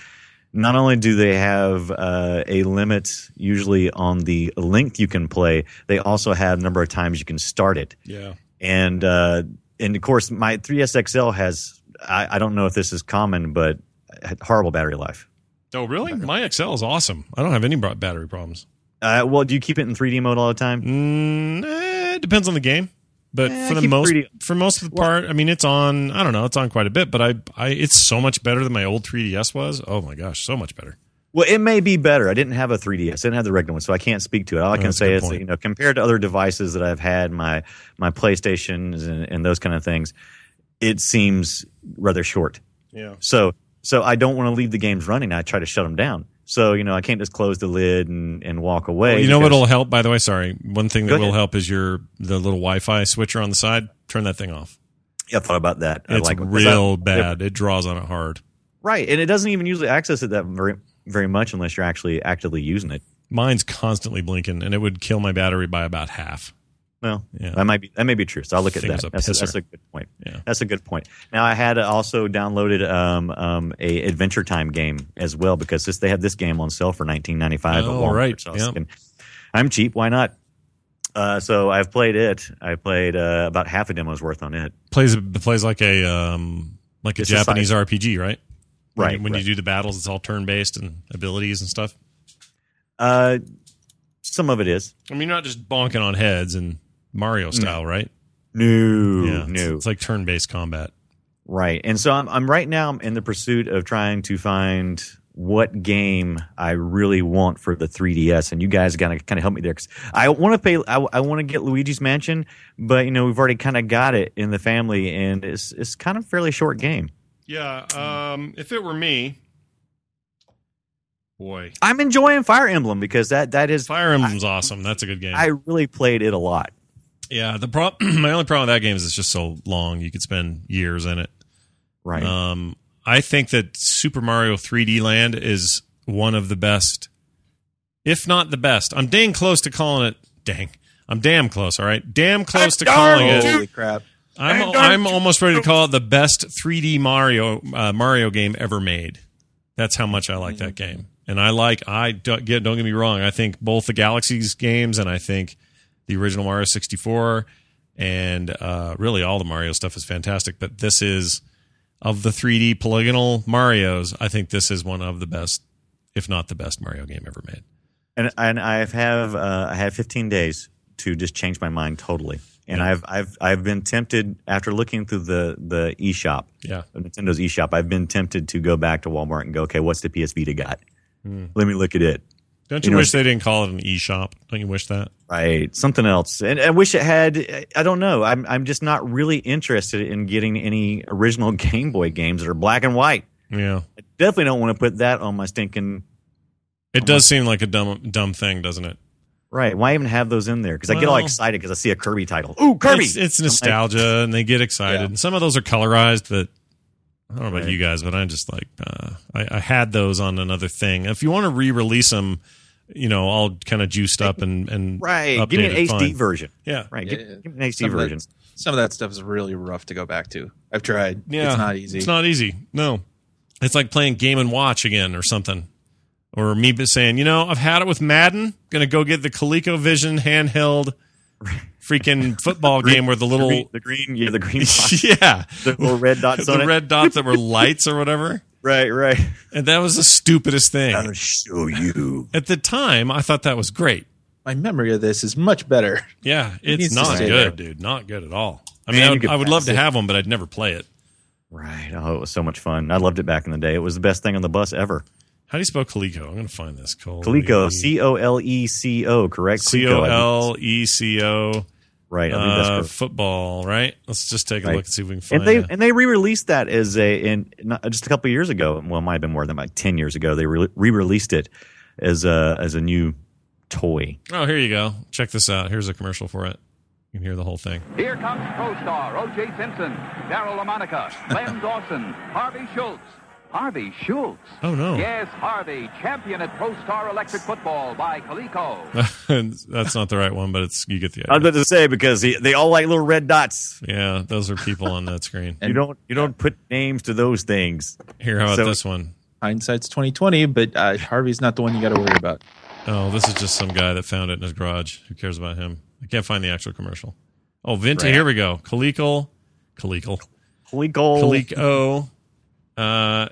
Speaker 3: not only do they have uh, a limit usually on the length you can play, they also have number of times you can start it.
Speaker 1: Yeah.
Speaker 3: and uh, and of course my 3ds XL has I, I don't know if this is common, but uh, horrible battery life.
Speaker 1: Oh really? My XL is awesome. I don't have any bra- battery problems.
Speaker 3: Uh, well, do you keep it in 3D mode all the time?
Speaker 1: Mm, eh, it depends on the game, but
Speaker 3: Eh,
Speaker 1: for the
Speaker 3: keep
Speaker 1: most
Speaker 3: pretty-
Speaker 1: for most of the part, I mean, it's on. I don't know. It's on quite a bit, but I, I it's so much better than my old 3ds was. Oh my gosh, so much better.
Speaker 3: Well, it may be better. I didn't have a 3DS. I didn't have the regular one, so I can't speak to it. All I can
Speaker 1: Oh, that's a
Speaker 3: say
Speaker 1: good
Speaker 3: is,
Speaker 1: point.
Speaker 3: that, you know, compared to other devices that I've had, my my PlayStations and, and those kind of things, it seems rather short.
Speaker 1: Yeah.
Speaker 3: So so I don't want to leave the games running. I try to shut them down. So you know, I can't just close the lid and, and walk away.
Speaker 1: you know
Speaker 3: because-
Speaker 1: what'll help? By the way, sorry. One thing that
Speaker 3: Go
Speaker 1: will
Speaker 3: ahead.
Speaker 1: help is your the little Wi-Fi switcher on the side. Turn that thing off.
Speaker 3: Yeah, I thought about that. I
Speaker 1: It's
Speaker 3: like 'cause I-
Speaker 1: real bad. It draws on it hard.
Speaker 3: Right, and it doesn't even usually access it that very very much unless you're actually actively using it.
Speaker 1: Mine's constantly blinking, and it would kill my battery by about half.
Speaker 3: Well,
Speaker 1: Yeah.
Speaker 3: that might be that may be true. So I'll look at
Speaker 1: Thing
Speaker 3: that.
Speaker 1: is a
Speaker 3: That's,
Speaker 1: pisser.
Speaker 3: that's a good point.
Speaker 1: Yeah.
Speaker 3: That's a good point. Now I had also downloaded um, um, a Adventure Time game as well because this, they have this game on sale for 19.95.
Speaker 1: Oh,
Speaker 3: at Walmart.
Speaker 1: right.
Speaker 3: So I was
Speaker 1: Yeah.
Speaker 3: thinking, I'm cheap. Why not? Uh, so I've played it. I played uh, about half a demo's worth on it.
Speaker 1: Plays plays like a um like a
Speaker 3: It's a side-
Speaker 1: Japanese RPG, right? When
Speaker 3: Right,
Speaker 1: you- When,
Speaker 3: right.
Speaker 1: you do the battles, it's all turn based and abilities and stuff.
Speaker 3: Uh, some of it is
Speaker 1: I mean, you're not just bonking on heads and Mario
Speaker 3: Mm.
Speaker 1: style, right?
Speaker 3: new,
Speaker 1: yeah. It's,
Speaker 3: new.
Speaker 1: it's like turn based combat.
Speaker 3: Right. And so I'm, I'm right now I'm in the pursuit of trying to find what game I really want for the 3DS. And you guys got to kind of help me there. Cause I want to pay, I, I want to get Luigi's Mansion, but you know, we've already kind of got it in the family and it's, it's kind of a fairly short game.
Speaker 1: Yeah. Um. If it were me, boy,
Speaker 3: I'm enjoying Fire Emblem because that, that is,
Speaker 1: Fire Emblem's awesome. That's a good game.
Speaker 3: I really played it a lot.
Speaker 1: yeah. The prob- my only problem with that game is it's just so long. You could spend years in it.
Speaker 3: Right.
Speaker 1: Um, I think that Super Mario 3D Land is one of the best, if not the best. I'm dang close to calling it. Dang, I'm damn close. All right, damn close to calling it.
Speaker 5: Holy crap!
Speaker 1: I'm I'm almost ready to call it the best 3D Mario uh, Mario game ever made. That's how much I like that
Speaker 3: Mm-hmm.
Speaker 1: game, and I like I don't get don't get me wrong. I think both the Galaxy's games, and I think the original Mario 64, and uh, really all the Mario stuff is fantastic. But this is of the 3D polygonal Mario's. I think this is one of the best, if not the best Mario game ever made.
Speaker 3: and and I have uh, I have 15 days to just change my mind totally. And I've I've I've been tempted after looking through the the eShop,
Speaker 1: Yeah.
Speaker 3: Nintendo's
Speaker 1: Hmm.
Speaker 3: eShop. I've been tempted to go back to Walmart and go, okay, what's the PS Vita got? Let me look at it.
Speaker 1: Don't you,
Speaker 3: You know,
Speaker 1: wish they didn't call it an eShop? Don't you wish that?
Speaker 3: Right, something else. And I wish it had. I don't know. I'm I'm just not really interested in getting any original Game Boy games that are black and white.
Speaker 1: Yeah.
Speaker 3: I definitely don't want to put that on my stinking.
Speaker 1: It does seem like a dumb dumb thing, doesn't it?
Speaker 3: Right. Why even have those in there? Because I get all
Speaker 1: Well-
Speaker 3: excited because I see a Kirby title. Ooh, Oh, Kirby!
Speaker 1: It's, it's nostalgia, and they get excited.
Speaker 5: Yeah.
Speaker 1: And some of those are colorized, but I don't know about
Speaker 3: Right.
Speaker 1: you guys, but I'm just like, uh, I, I had those on another thing. If you want to re-release them, you know, all kind of juiced up and and
Speaker 3: right. Give me an
Speaker 1: updated,
Speaker 3: HD
Speaker 1: fine.
Speaker 3: version.
Speaker 1: Yeah,
Speaker 3: Right.
Speaker 5: Yeah.
Speaker 3: Give, give me an HD
Speaker 5: Some of that-
Speaker 3: version.
Speaker 5: Some of that stuff is really rough to go back to. I've tried.
Speaker 1: yeah.
Speaker 5: It's not easy.
Speaker 1: It's not easy. No, it's like playing Game and Watch again or something. Or me b- saying, you know, I've had it with Madden. Gonna go get the ColecoVision handheld freaking football game where the
Speaker 3: The
Speaker 1: little
Speaker 3: green, the green, yeah, the green, box,
Speaker 1: yeah,
Speaker 3: the little red dots on
Speaker 1: the
Speaker 3: it.
Speaker 1: red dots that were lights or whatever.
Speaker 3: Right, right.
Speaker 1: And that was the stupidest thing.
Speaker 3: show you.
Speaker 1: At the time, I thought that was great.
Speaker 5: My memory of this is much better.
Speaker 1: Yeah,
Speaker 5: needs
Speaker 1: it's
Speaker 5: to
Speaker 1: not
Speaker 5: stay
Speaker 1: good,
Speaker 5: there.
Speaker 1: dude. Not good at all. I
Speaker 3: Man,
Speaker 1: mean, I
Speaker 3: you
Speaker 1: would,
Speaker 3: could
Speaker 1: I would love
Speaker 3: pass
Speaker 1: to
Speaker 3: it.
Speaker 1: have one, but I'd never play it.
Speaker 3: Right. Oh, it was so much fun. I loved it back in the day. It was the best thing on the bus ever.
Speaker 1: How do you spell Coleco? I'm going to find this. Cole-
Speaker 3: Coleco, C O L E C O, correct?
Speaker 1: C
Speaker 3: Coleco,
Speaker 1: O
Speaker 3: I believe.
Speaker 1: L E C O
Speaker 3: Right. I believe that's
Speaker 1: uh,
Speaker 3: correct.
Speaker 1: football, right? Let's just take a
Speaker 3: Right.
Speaker 1: look and see if we can find
Speaker 3: and they
Speaker 1: it.
Speaker 3: and they re-released that as a in not, just a couple years ago. Well, it might have been more than about ten years ago. They re- re-released it as a as a new toy.
Speaker 1: Oh, here you go. Check this out. Here's a commercial for it. You can hear the whole thing.
Speaker 6: Here comes co-star O.J. Simpson, Daryl LaMonica, Len Dawson, Harvey Schultz. Harvey Schultz.
Speaker 1: Oh, no.
Speaker 6: Yes, Harvey, champion at Pro-Star Electric Football by Coleco.
Speaker 1: That's not the right one, but it's you get the
Speaker 3: I was
Speaker 1: idea.
Speaker 3: about to say because he, they all like little red dots.
Speaker 1: Yeah, those are people on that screen.
Speaker 3: You don't you don't put names to those things.
Speaker 1: Here, how about
Speaker 3: So-
Speaker 1: this one?
Speaker 5: Hindsight's twenty twenty, but uh, Harvey's not the one you got to worry about.
Speaker 1: Oh, this is just some guy that found it in his garage. Who cares about him? I can't find the actual commercial. Oh, Vinta, here we go. Coleco, Coleco,
Speaker 3: Coleco.
Speaker 1: Coleco. Uh,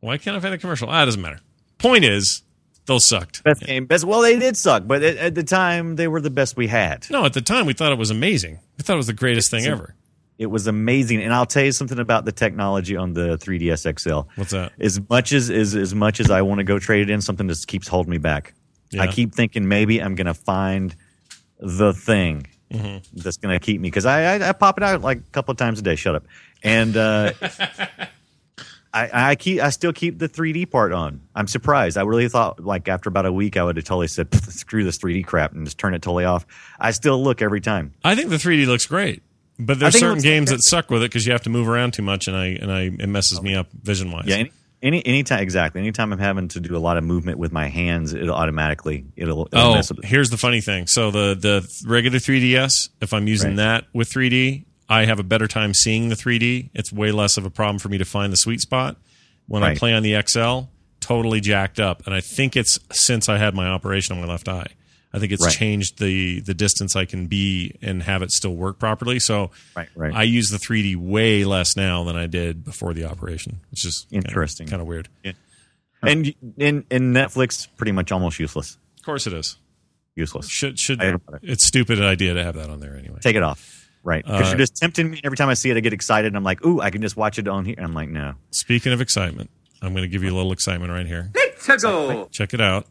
Speaker 1: why can't I find the commercial? Ah, it doesn't matter. Point is, those sucked.
Speaker 3: Best game, best. Well, they did suck, but at, at the time they were the best we had.
Speaker 1: No, at the time we thought it was amazing. We thought it was the greatest thing ever.
Speaker 3: It was amazing, and I'll tell you something about the technology on the 3ds XL.
Speaker 1: What's that?
Speaker 3: as much as as, as much as I want to go trade it in, something just keeps holding me back.
Speaker 1: Yeah.
Speaker 3: I keep thinking maybe I'm gonna find the thing
Speaker 1: Mm-hmm.
Speaker 3: that's gonna keep me because I, I I pop it out like a couple of times a day. Shut up, and uh, I I keep I still keep the 3D part on. I'm surprised. I really thought like after about a week I would have totally said "Pff, screw this 3D crap and just turn it totally off. I still look every time.
Speaker 1: I think the 3D looks great, but there's
Speaker 3: think it
Speaker 1: certain
Speaker 3: looks
Speaker 1: games that suck with it because you have to move around too much, and I and I it messes me up vision wise.
Speaker 3: Yeah. Any, any anytime exactly. Anytime I'm having to do a lot of movement with my hands, it'll automatically it'll, it'll
Speaker 1: Oh,
Speaker 3: mess up.
Speaker 1: here's the funny thing. So the the regular 3DS, if I'm using
Speaker 3: Right.
Speaker 1: that with 3D, I have a better time seeing the 3D. It's way less of a problem for me to find the sweet spot. When I
Speaker 3: Right.
Speaker 1: play on the XL, totally jacked up, and I think it's since I had my operation on my left eye. I think it's
Speaker 3: Right.
Speaker 1: changed the the distance I can be and have it still work properly. So
Speaker 3: Right, right.
Speaker 1: I use the 3D way less now than I did before the operation, which is
Speaker 3: Interesting.
Speaker 1: kind of weird.
Speaker 3: and and and Netflix pretty much almost useless.
Speaker 1: Of course, it is.
Speaker 3: Useless.
Speaker 1: Should should
Speaker 3: I heard about
Speaker 1: it's stupid idea to have that on there anyway.
Speaker 3: Take it off. Right. Because
Speaker 1: Uh,
Speaker 3: you're just tempting me. and Every time I see it, I get excited. And I'm like, ooh, I can just watch it on here. And I'm like, no.
Speaker 1: Speaking of excitement, I'm going to give you a little excitement right here. Check it out.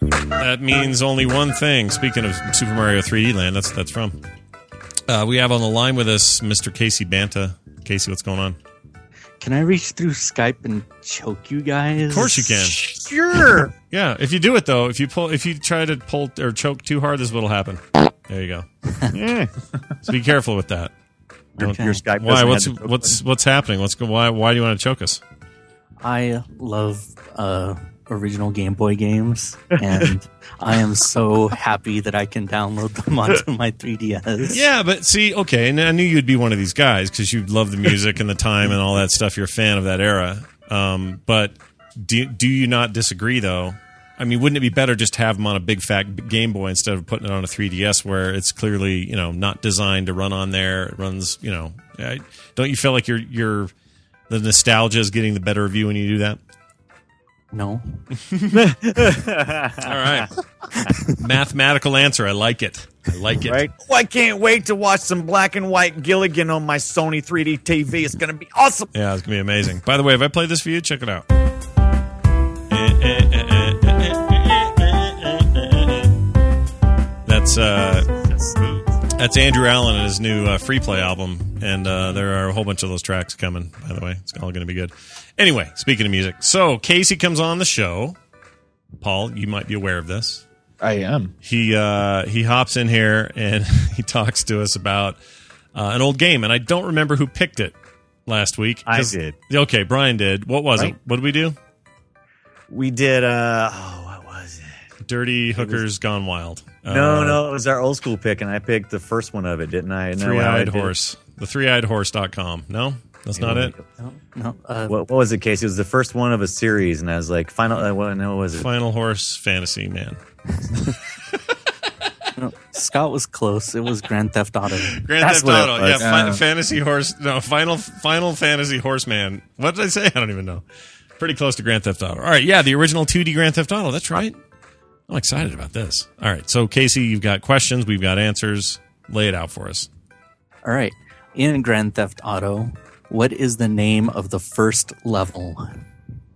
Speaker 1: That means only one thing. Speaking of Super Mario 3D Land, that's what that's from. Uh, we have on the line with us Mr. Casey Banta. Casey, what's going on?
Speaker 7: Can I reach through Skype and choke you guys?
Speaker 1: Of course you can.
Speaker 3: Sure.
Speaker 1: Yeah, if you do it though, if you pull, if you try to pull or choke too hard, this is what'll happen. There you go.
Speaker 3: yeah.
Speaker 1: So be careful with that.
Speaker 7: Okay.
Speaker 3: Your Skype
Speaker 1: Why?
Speaker 3: doesn't
Speaker 1: What's
Speaker 3: have the-
Speaker 1: what's what's happening? What's go- why? Why do you want to choke us?
Speaker 7: I love uh, original Game Boy games, and I am so happy that I can download them onto my 3DS.
Speaker 1: Yeah, but see, okay, and I knew you'd be one of these guys because you love the music and the time and all that stuff. You're a fan of that era. Um, but do do you not disagree though? I mean, wouldn't it be better just to have them on a big fat Game Boy instead of putting it on a 3DS where it's clearly you know not designed to run on there? It runs, you know. I- Don't you feel like you're you're the nostalgia is getting the better of you when you do that?
Speaker 7: No.
Speaker 1: All right, mathematical answer. I like it. I like it.
Speaker 3: Right. Oh, I can't wait to watch some black and white Gilligan on my Sony 3D TV. It's gonna be awesome.
Speaker 1: Yeah, it's gonna be amazing. By the way, have I played this for you? Check it out. Eh, eh, eh, eh, eh, eh, That's uh, that's Andrew Allen and his new uh, free play album, and uh, there are a whole bunch of those tracks coming. By the way, it's all going to be good. Anyway, speaking of music, so Casey comes on the show. Paul, you might be aware of this.
Speaker 5: I am.
Speaker 1: He uh, he hops in here and he talks to us about uh, an old game, and I don't remember who picked it last week.
Speaker 3: I
Speaker 1: 'Cause-
Speaker 3: did.
Speaker 1: Okay, Brian did. What was
Speaker 3: Right.
Speaker 1: it? What did we do?
Speaker 3: We did. Uh, oh, what was it?
Speaker 1: Dirty hookers gone wild.
Speaker 3: no,
Speaker 1: Uh,
Speaker 3: no, it was our old school pick, and I picked the first one of it, didn't I? No,
Speaker 1: Three
Speaker 3: I
Speaker 1: eyed
Speaker 3: did-
Speaker 1: horse. The three eyed horse.com. No, that's not it.
Speaker 7: No, no. Uh,
Speaker 3: What, what was it, Casey? It was the first one of a series, and I was like, final. Uh, what, no, what was it?
Speaker 1: Final horse fantasy man.
Speaker 7: no. Scott was close. It was Grand Theft Auto.
Speaker 1: Grand
Speaker 3: That's
Speaker 1: Theft
Speaker 3: what it
Speaker 1: Auto. Yeah,
Speaker 3: was.
Speaker 1: fi-
Speaker 5: Uh.
Speaker 1: fantasy horse. No, final final fantasy horseman. What did I say? I don't even know. Pretty close to Grand Theft Auto. All right, yeah, the original 2D Grand Theft Auto. That's right. I'm excited about this. All right, so Casey, you've got questions, we've got answers. Lay it out for us.
Speaker 7: All right. In Grand Theft Auto, what is the name of the first level?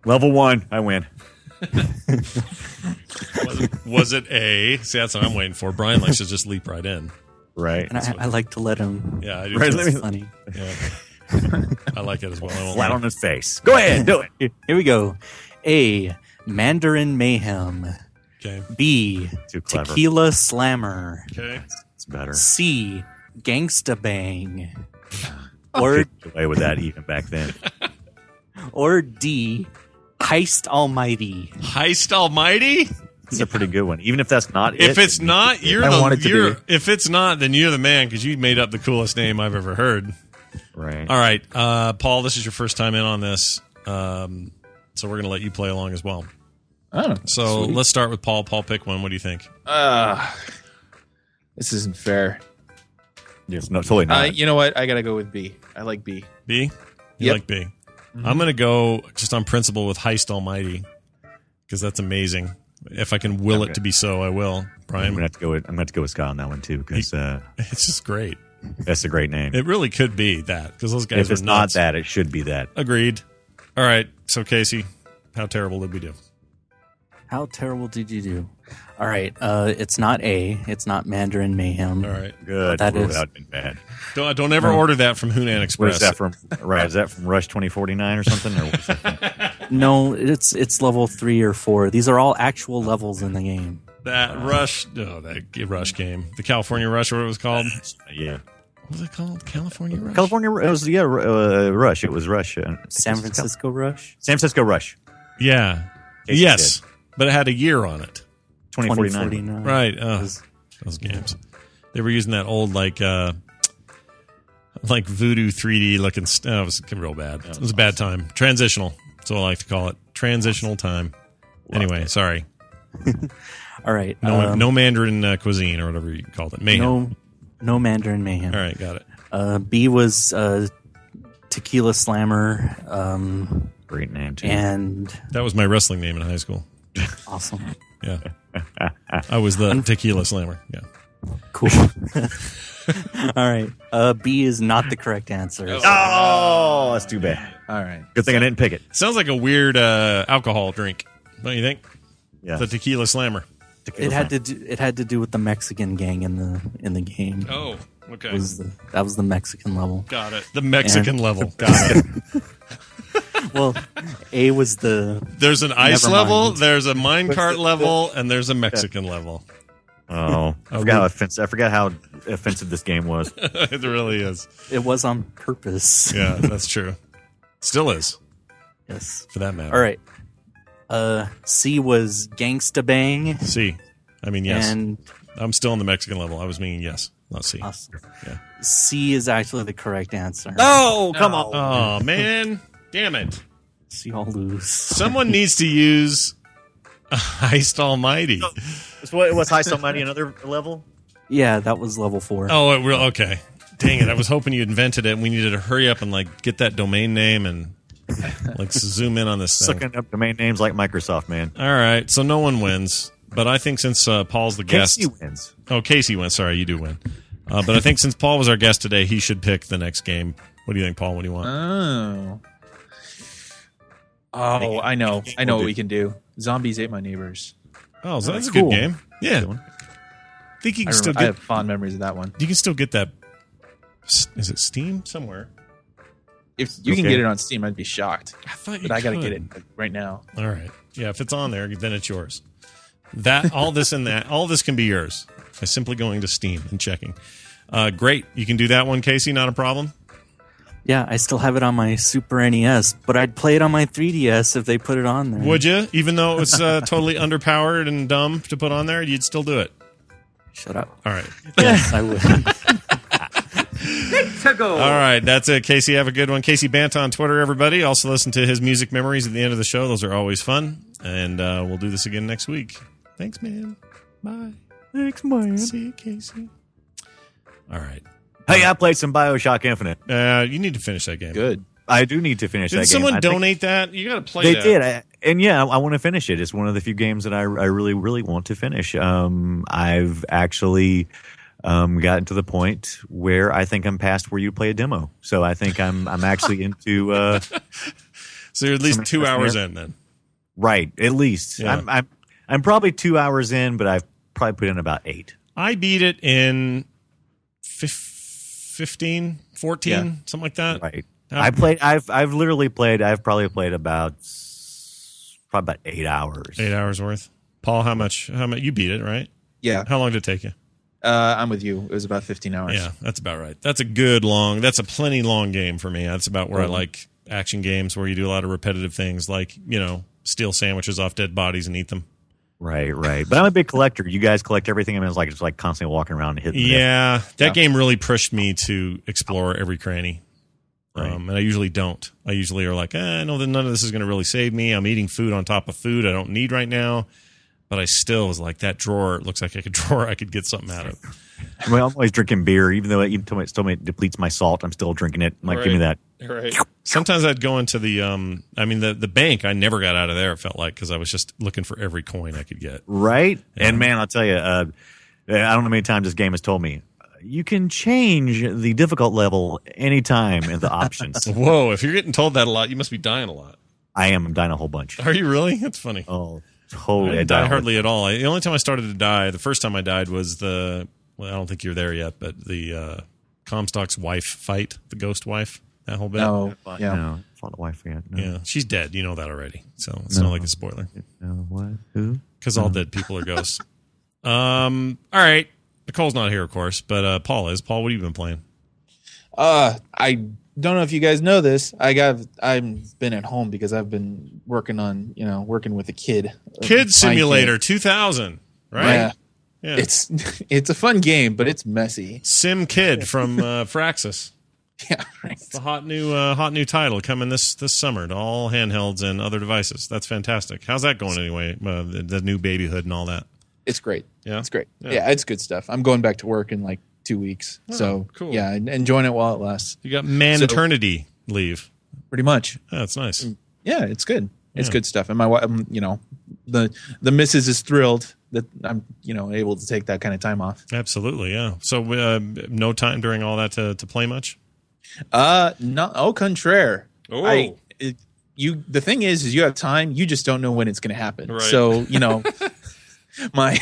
Speaker 3: Level one. I win.
Speaker 1: Was it, was it A? See, that's what I'm waiting for. Brian likes to just leap right in.
Speaker 3: Right.
Speaker 7: And I, I like to let him.
Speaker 1: Yeah, I do.
Speaker 3: Right,
Speaker 1: too.
Speaker 3: let me-
Speaker 7: It's funny.
Speaker 1: Yeah. I like it as well. I won't
Speaker 3: Flat
Speaker 1: lie.
Speaker 3: on his face. Go ahead, do it.
Speaker 7: Here we go. A. Mandarin Mayhem.
Speaker 1: Okay.
Speaker 7: B.
Speaker 3: Too clever.
Speaker 7: Tequila Slammer.
Speaker 1: Okay.
Speaker 3: It's better.
Speaker 7: C. Gangsta Bang. Or
Speaker 3: Could get away with that even back then.
Speaker 7: or D. Heist Almighty.
Speaker 1: Heist Almighty.
Speaker 3: It's a pretty good one, even if that's not.
Speaker 1: If
Speaker 3: it,
Speaker 1: it's not, you're
Speaker 5: I want
Speaker 1: the
Speaker 5: it to
Speaker 1: you're,
Speaker 5: be.
Speaker 1: if it's not, then you're the man because you made up the coolest name I've ever heard.
Speaker 3: right.
Speaker 1: All right, uh, Paul, this is your first time in on this, um, so we're gonna let you play along as well.
Speaker 5: Oh,
Speaker 1: So
Speaker 5: sweet.
Speaker 1: let's start with Paul. Paul, pick one. What do you think?
Speaker 5: Ah, this isn't fair.
Speaker 3: It's no, totally
Speaker 5: Uh,
Speaker 3: not.
Speaker 5: you know what? I gotta go with B. I like B.
Speaker 1: B. You
Speaker 5: Yep.
Speaker 1: like bi am gonna go just on principle with Heist Almighty because that's amazing. If I can will it
Speaker 3: Okay.
Speaker 1: to be so, I will.
Speaker 3: I'm
Speaker 1: Brian,
Speaker 3: gonna have to go. With, I'm gonna have to go with Scott on that one too, because uh,
Speaker 1: it's just great.
Speaker 3: that's a great name.
Speaker 1: It really could be that because those guys
Speaker 3: If
Speaker 1: were
Speaker 3: it's not
Speaker 1: nuts.
Speaker 3: that, it should be that.
Speaker 1: Agreed. All right. So Casey, how terrible did we do?
Speaker 7: How terrible did you do? All right. Uh, it's not A. It's not Mandarin Mayhem.
Speaker 1: All right.
Speaker 3: Good.
Speaker 7: That
Speaker 3: Ooh,
Speaker 7: is-
Speaker 3: that would've been bad.
Speaker 1: Don't don't ever
Speaker 7: No.
Speaker 1: order that from Hunan
Speaker 3: What
Speaker 1: Express.
Speaker 3: is that from? Right, is that from Rush 2049 or something? Or what is that from?
Speaker 7: No, it's it's level three or four. These are all actual levels in the game.
Speaker 1: That Rush, Uh, no, that g- Rush game, the California Rush, or what it was called.
Speaker 3: yeah,
Speaker 1: What was it called? California Rush.
Speaker 3: California. It was yeah, Ru- uh, Rush. It was Rush. uh,
Speaker 7: San Francisco Rush.
Speaker 3: San Francisco Rush.
Speaker 1: Yeah.
Speaker 3: Yes, it
Speaker 1: yes, but it had a year on it.
Speaker 3: 2049.
Speaker 1: Right. Oh,
Speaker 7: Was-
Speaker 1: those games. They were using that old like. uh like voodoo 3D looking stuff. it was real bad. It was a bad time. Transitional. That's what I like to call it. Transitional time. Anyway, sorry.
Speaker 7: All right.
Speaker 1: No,
Speaker 7: um,
Speaker 1: no Mandarin uh, cuisine or whatever you called it. Mayhem.
Speaker 7: no, no Mandarin Mayhem.
Speaker 1: All right, got it.
Speaker 7: Uh, B was uh, Tequila Slammer um,
Speaker 3: Great name too.
Speaker 7: and
Speaker 1: That was my wrestling name in high school.
Speaker 7: awesome.
Speaker 1: Yeah. I was the tequila slammer. Yeah.
Speaker 7: Cool. All right. Uh, B is not the correct answer.
Speaker 3: oh, that's too bad.
Speaker 5: All right.
Speaker 3: Good thing I didn't pick it.
Speaker 1: Sounds like a weird uh, alcohol drink, don't you think?
Speaker 3: Yeah,
Speaker 1: The tequila slammer. Oh.
Speaker 7: it had to do, it had to do with the Mexican gang in the in the game.
Speaker 1: Oh, okay.
Speaker 7: Was the, that was the Mexican level?
Speaker 1: Got it. The Mexican level. Got it.
Speaker 7: Well, A was the
Speaker 1: There's an ice
Speaker 7: Never
Speaker 1: level,
Speaker 7: mind.
Speaker 1: there's a mine cart level, and there's a Mexican level.
Speaker 3: Oh, I
Speaker 1: Oh,
Speaker 3: forgot
Speaker 1: we-
Speaker 3: how offensive. I forgot how offensive this game was.
Speaker 1: it really is.
Speaker 7: it was on purpose.
Speaker 1: Yeah, that's true. Still is,
Speaker 7: Yes.
Speaker 1: for that matter.
Speaker 7: All right. Uh, C was Gangsta Bang
Speaker 1: C. I mean, yes.
Speaker 7: and
Speaker 1: I'm still on the Mexican level. I was meaning yes, not C.
Speaker 7: awesome.
Speaker 1: Yeah.
Speaker 7: C is actually the correct answer.
Speaker 3: Oh, come on.
Speaker 1: Oh, man. Damn it.
Speaker 7: So y'all lose.
Speaker 1: Someone needs to use Heist Almighty.
Speaker 3: What, what's High Somebody another level?
Speaker 7: Yeah, that was level four.
Speaker 1: Oh, it real okay. Dang it! I was hoping you invented it. and We needed to hurry up and like get that domain name and like zoom in on this thing.
Speaker 3: Sucking up domain names like Microsoft, man.
Speaker 1: All right, so no one wins, but I think since uh, Paul's the guest,
Speaker 3: Casey wins.
Speaker 1: oh Casey wins. Sorry, you do win. Uh, but I think since Paul was our guest today, he should pick the next game. What do you think, Paul? What do you want?
Speaker 5: Oh. Oh, I know. I know what we can do. Zombies ate my neighbors.
Speaker 1: oh, so that's a good
Speaker 7: cool.
Speaker 1: game. Yeah, think you
Speaker 5: I,
Speaker 1: can still
Speaker 5: remember,
Speaker 1: get
Speaker 5: I have fond memories of that one.
Speaker 1: you can still get that. s- Is it Steam somewhere?
Speaker 5: If you can
Speaker 3: Okay.
Speaker 5: get it on Steam, I'd be shocked.
Speaker 1: I thought
Speaker 5: But I gotta get it like, right now.
Speaker 1: All right. Yeah, if it's on there, then it's yours. That all this and that all this can be yours by simply going to Steam and checking. Uh, great, you can do that one, Casey. Not a problem.
Speaker 7: Yeah, I still have it on my Super NES, but I'd play it on my 3DS if they put it on there.
Speaker 1: Would you? Even though it was uh, totally underpowered and dumb to put on there, you'd still do it.
Speaker 7: Shut up.
Speaker 1: All right.
Speaker 7: Yes, I would.
Speaker 1: All right, that's it, Casey. Have a good one, Casey Bant on Twitter. Everybody, also listen to his music memories at the end of the show. Those are always fun, and uh, we'll do this again next week. Thanks, man. Bye.
Speaker 7: Thanks, man.
Speaker 1: See you, Casey. All right.
Speaker 3: Hey, I played some Bioshock Infinite.
Speaker 1: Uh, you need to finish that game.
Speaker 5: Good.
Speaker 3: I do need to finish that
Speaker 1: Did
Speaker 3: game.
Speaker 1: someone
Speaker 3: I think-
Speaker 1: donate that? You got to play.
Speaker 3: They
Speaker 1: that.
Speaker 3: did, I, and yeah, I, I want to finish it. It's one of the few games that I, I really, really want to finish. Um, I've actually um, gotten to the point where I think I'm past where you play a demo. So I think I'm I'm actually into uh,
Speaker 1: So you're at least two
Speaker 3: Something
Speaker 1: hours
Speaker 3: there.
Speaker 1: in then.
Speaker 3: right at least.
Speaker 1: Yeah.
Speaker 3: I'm, I'm I'm probably two hours in, but I've probably put in about eight.
Speaker 1: I beat it in fif- 15, 14,
Speaker 5: Yeah.
Speaker 1: something like that.
Speaker 3: Right.
Speaker 1: Uh,
Speaker 3: I played. I've I've literally played. I've probably played about s- probably about eight hours.
Speaker 1: Eight hours worth. Paul, how much? How much? You beat it, right?
Speaker 5: Yeah,
Speaker 1: How long did it take you?
Speaker 5: uh, I'm with you. It was about 15 hours.
Speaker 1: Yeah, that's about right. That's a good long. That's a plenty long game for me. That's about where I like action games where you do a lot of repetitive things, like you know, steal sandwiches off dead bodies and eat them.
Speaker 3: Right, right. But I'm a big collector. You guys collect everything. I mean, it's like it's like constantly walking around and hitting. the-
Speaker 1: Yeah, that
Speaker 5: Yeah.
Speaker 1: game really pushed me to explore every cranny.
Speaker 3: Right.
Speaker 1: Um, and I usually don't. I usually are like, eh, no, then none of this is going to really save me. I'm eating food on top of food I don't need right now. But I still was like, that drawer it looks like I could drawer. I could get something out of.
Speaker 3: I mean, I'm always drinking beer, even though it, even though it still may- depletes my salt. I'm still drinking it. I'm like, give me that.
Speaker 1: Right. Sometimes I'd go into the, um, I mean, the the bank. I never got out of there. It felt like because I was just looking for every coin I could get.
Speaker 3: Right. And man, I'll tell you, uh, I don't know how many times this game has told me uh, you can change the difficult level anytime in the options.
Speaker 1: Whoa! If you're getting told that a lot, you must be dying a lot.
Speaker 3: I am dying a whole bunch.
Speaker 1: Are you really? That's funny.
Speaker 3: Oh,
Speaker 1: I
Speaker 3: totally.
Speaker 1: didn't
Speaker 3: I
Speaker 1: die
Speaker 3: died
Speaker 1: hardly at all. I, the only time I started to die, the first time I died was the. Well, I don't think you're there yet, but the uh, Comstock's wife fight, the ghost wife, that whole bit.
Speaker 5: No.
Speaker 4: Fun.
Speaker 5: Yeah.
Speaker 3: No, it's not the wife yet. No,
Speaker 1: Yeah, she's dead. You know that already, so it's
Speaker 3: No.
Speaker 1: not like a spoiler
Speaker 3: no, what? Who?
Speaker 1: because all dead people are ghosts. um. All right. Nicole's not here, of course, but uh, Paul is. Paul, what have you been playing?
Speaker 5: Uh, I don't know if you guys know this. I got I've been at home because I've been working on you know working with a kid. My
Speaker 1: Kid
Speaker 5: kid.
Speaker 1: Simulator 2000, right?
Speaker 5: Yeah.
Speaker 1: Yeah.
Speaker 5: It's it's a fun game, but it's messy.
Speaker 1: Sim Kid from uh, Fraxis.
Speaker 5: Yeah, right.
Speaker 1: It's a hot new uh, hot new title coming this this summer to all handhelds and other devices. That's fantastic. How's that going anyway? Uh, the, the new babyhood and all that.
Speaker 5: it's great.
Speaker 1: Yeah?
Speaker 5: it's great.
Speaker 1: Yeah.
Speaker 5: Yeah. it's good stuff. I'm going back to work in like two weeks,
Speaker 1: Oh,
Speaker 5: so
Speaker 1: cool.
Speaker 5: yeah, en- enjoying it while it lasts.
Speaker 1: You got maternity leave.
Speaker 5: Pretty much.
Speaker 1: Oh, that's nice.
Speaker 5: Yeah, it's good. It's
Speaker 1: Yeah.
Speaker 5: good stuff. And my wife, um, you know, the the missus is thrilled that I'm you know able to take that kind of time off.
Speaker 1: Absolutely, yeah. So uh, no time during all that to, to play much.
Speaker 5: Uh, no, au contraire.
Speaker 1: Oh.
Speaker 5: I, it, you. The thing is, is you have time. You just don't know when it's going to happen.
Speaker 1: Right.
Speaker 5: So you know, my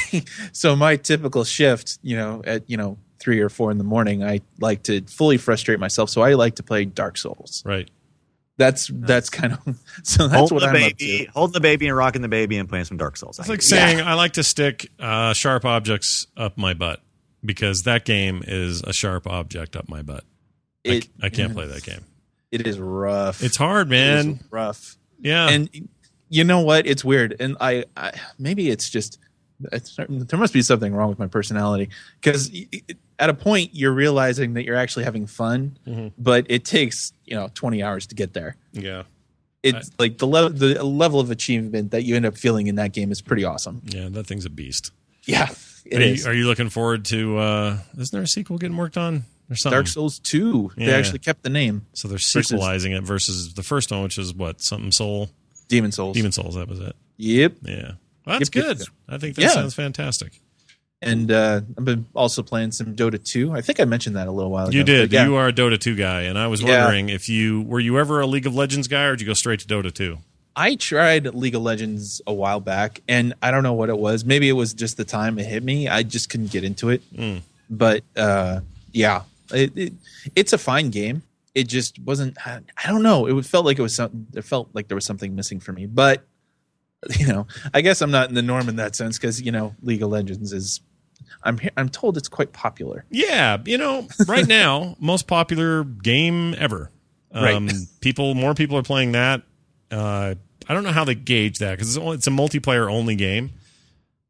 Speaker 5: so my typical shift, you know, at you know three or four in the morning, I like to fully frustrate myself. So I like to play Dark Souls.
Speaker 1: Right.
Speaker 5: That's that's kind of so that's
Speaker 3: Holding
Speaker 5: what
Speaker 3: the
Speaker 5: I'm
Speaker 3: baby,
Speaker 5: up to.
Speaker 3: holding the baby, and rocking the baby, and playing some Dark Souls.
Speaker 1: It's
Speaker 3: I
Speaker 1: like
Speaker 3: hear
Speaker 1: saying I like to stick uh, sharp objects up my butt because that game is a sharp object up my butt. I
Speaker 5: It,
Speaker 1: c- I, can't play that game.
Speaker 5: It is rough.
Speaker 1: It's hard, man.
Speaker 5: It is rough.
Speaker 1: yeah.
Speaker 5: and you know what it's weird and i, I maybe it's just it's, there must be something wrong with my personality because at a point you're realizing that you're actually having fun
Speaker 1: Mhm.
Speaker 5: but it takes you know 20 hours to get there
Speaker 1: yeah.
Speaker 5: it's like the level the level of achievement that you end up feeling in that game is pretty awesome
Speaker 1: Yeah, that thing's a beast.
Speaker 5: yeah it
Speaker 1: are,
Speaker 5: is.
Speaker 1: You, are you looking forward to? uh Isn't there a sequel getting worked on or something?
Speaker 5: dark souls 2
Speaker 1: Yeah.
Speaker 5: they actually kept the name
Speaker 1: so they're
Speaker 5: versus-
Speaker 1: sequelizing it versus the first one, which is what something Soul,
Speaker 5: demon souls
Speaker 1: Demon Souls. That was it.
Speaker 5: yep
Speaker 1: Yeah, well, that's
Speaker 5: Yep, yep,
Speaker 1: good.
Speaker 5: yep.
Speaker 1: I think that
Speaker 5: Yeah.
Speaker 1: sounds fantastic.
Speaker 5: and uh i've been also playing some dota 2 i think i mentioned that a little while ago
Speaker 1: You did.
Speaker 5: but yeah.
Speaker 1: You are a Dota two guy, and I was
Speaker 5: Yeah.
Speaker 1: wondering if you were you ever a League of Legends guy, or did you go straight to Dota two?
Speaker 5: I tried League of Legends a while back, and I don't know what it was. Maybe it was just the time it hit me. I just couldn't get into it.
Speaker 1: Mm.
Speaker 5: But uh, yeah, it, it, it's a fine game. It just wasn't. I, I don't know. It felt like it was something. It felt like there was something missing for me. But you know, I guess I'm not in the norm in that sense because you know, League of Legends is. I'm he- I'm told it's quite popular.
Speaker 1: Yeah, you know, right now, most popular game ever. Um,
Speaker 5: Right.
Speaker 1: People, more people are playing that. Uh, I don't know how they gauge that because it's, only- it's a multiplayer only game,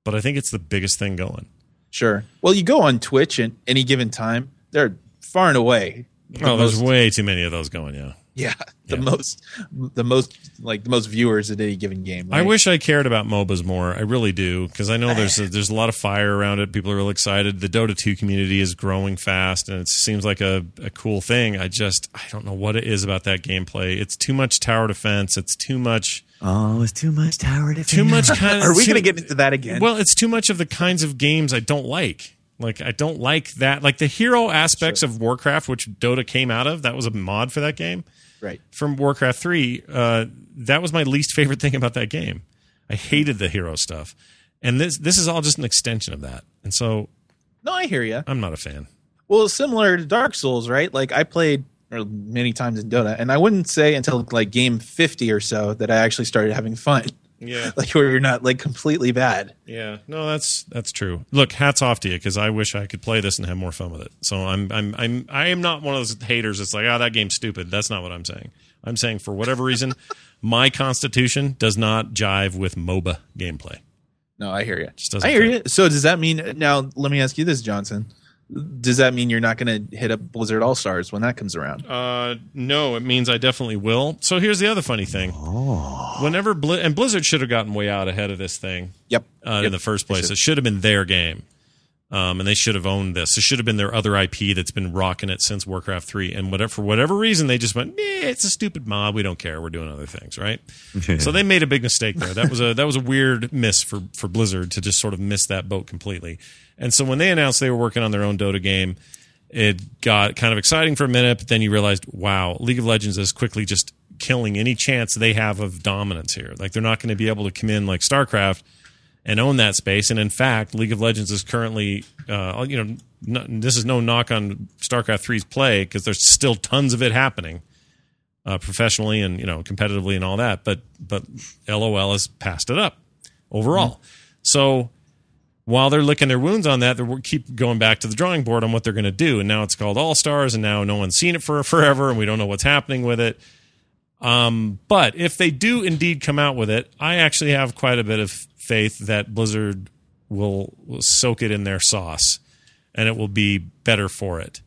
Speaker 1: but I think it's the biggest thing going.
Speaker 5: Sure. Well, you go on Twitch at any given time, they're far and away. the
Speaker 1: Oh, there's
Speaker 5: most-
Speaker 1: way too many of those going. Yeah,
Speaker 5: Yeah, the
Speaker 1: Yeah.
Speaker 5: most, the most, like the most viewers at any given game.
Speaker 1: I
Speaker 5: right?
Speaker 1: wish I cared about MOBAs more. I really do because I know there's a, there's a lot of fire around it. People are real excited. The Dota 2 community is growing fast, and it seems like a, a cool thing. I just I don't know what it is about that gameplay. It's too much tower defense. It's too much
Speaker 3: Oh, it's too much tower defense.
Speaker 1: too much kind of.
Speaker 5: Are we
Speaker 1: too-
Speaker 5: going to get into that again?
Speaker 1: Well, it's too much of the kinds of games I don't like. Like I don't like that. Like the hero aspects of Warcraft, which Dota came out of. That was a mod for that game
Speaker 5: right.
Speaker 1: from Warcraft 3, uh, that was my least favorite thing about that game. I hated the hero stuff. And this this is all just an extension of that. And so
Speaker 5: No, I hear you.
Speaker 1: I'm not a fan.
Speaker 5: Well, similar to Dark Souls, right? Like I played or many times in Dota, and I wouldn't say until like game fifty or so that I actually started having fun.
Speaker 1: Yeah.
Speaker 5: Like where you're not like completely bad.
Speaker 1: Yeah. No, that's that's true. Look, hats off to you cuz I wish I could play this and have more fun with it. So I'm I'm I'm I am not one of those haters that's like, "Oh, that game's stupid." That's not what I'm saying. I'm saying for whatever reason, my constitution does not jive with MOBA gameplay.
Speaker 5: No, I hear you.
Speaker 1: Just doesn't
Speaker 5: I hear
Speaker 1: fit.
Speaker 5: you. So does that mean now? Let me ask you this, Johnson. Does that mean you're not going to hit up Blizzard All Stars when that comes around?
Speaker 1: Uh, no, it means I definitely will. So here's the other funny thing. Whenever Bli- and Blizzard should have gotten way out ahead of this thing
Speaker 5: Yep.
Speaker 1: uh, in the first place. It should have been their game, um, and they should have owned this. It should have been their other IP that's been rocking it since Warcraft three. And whatever for whatever reason, they just went, eh, it's a stupid mod. We don't care. We're doing other things, right? so they made a big mistake there. That was a that was a weird miss for for Blizzard to just sort of miss that boat completely. And so when they announced they were working on their own Dota game. It got kind of exciting for a minute, but then you realized, wow, League of Legends is quickly just killing any chance they have of dominance here. Like they're not going to be able to come in like StarCraft and own that space. And in fact, League of Legends is currently, uh, you know, no, this is no knock on StarCraft 3's play because there's still tons of it happening uh, professionally and you know competitively and all that. But but LOL has passed it up overall. So while they're licking their wounds on that, they will keep going back to the drawing board on what they're going to do. And now it's called All Stars, and now no one's seen it for forever, and we don't know what's happening with it. Um, but if they do indeed come out with it, I actually have quite a bit of faith that Blizzard will, will soak it in their sauce, and it will be better for it,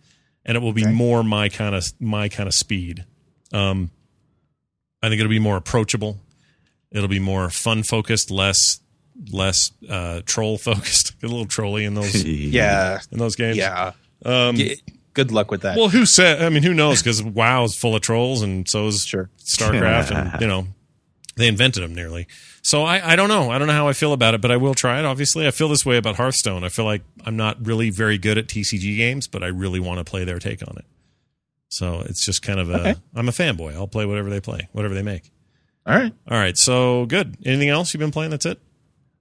Speaker 1: and it will be more my kind of my kind of speed. Um, I think it'll be more approachable. It'll be more fun focused, less less uh, troll focused. Get a little trolly in those in
Speaker 5: Yeah.
Speaker 1: those games.
Speaker 5: Yeah.
Speaker 1: Um,
Speaker 5: Yeah, Good luck with that.
Speaker 1: Well, who said? I mean, who knows? Because WoW is full of trolls, and so is
Speaker 5: Sure.
Speaker 1: StarCraft, and you know, they invented them nearly. So I, I don't know. I don't know how I feel about it, but I will try it. Obviously, I feel this way about Hearthstone. I feel like I'm not really very good at TCG games, but I really want to play their take on it. So it's just kind of a.
Speaker 5: Okay.
Speaker 1: am a fanboy. I'll play whatever they play, whatever they make.
Speaker 5: All right.
Speaker 1: All right. So good. Anything else you've been playing? That's it.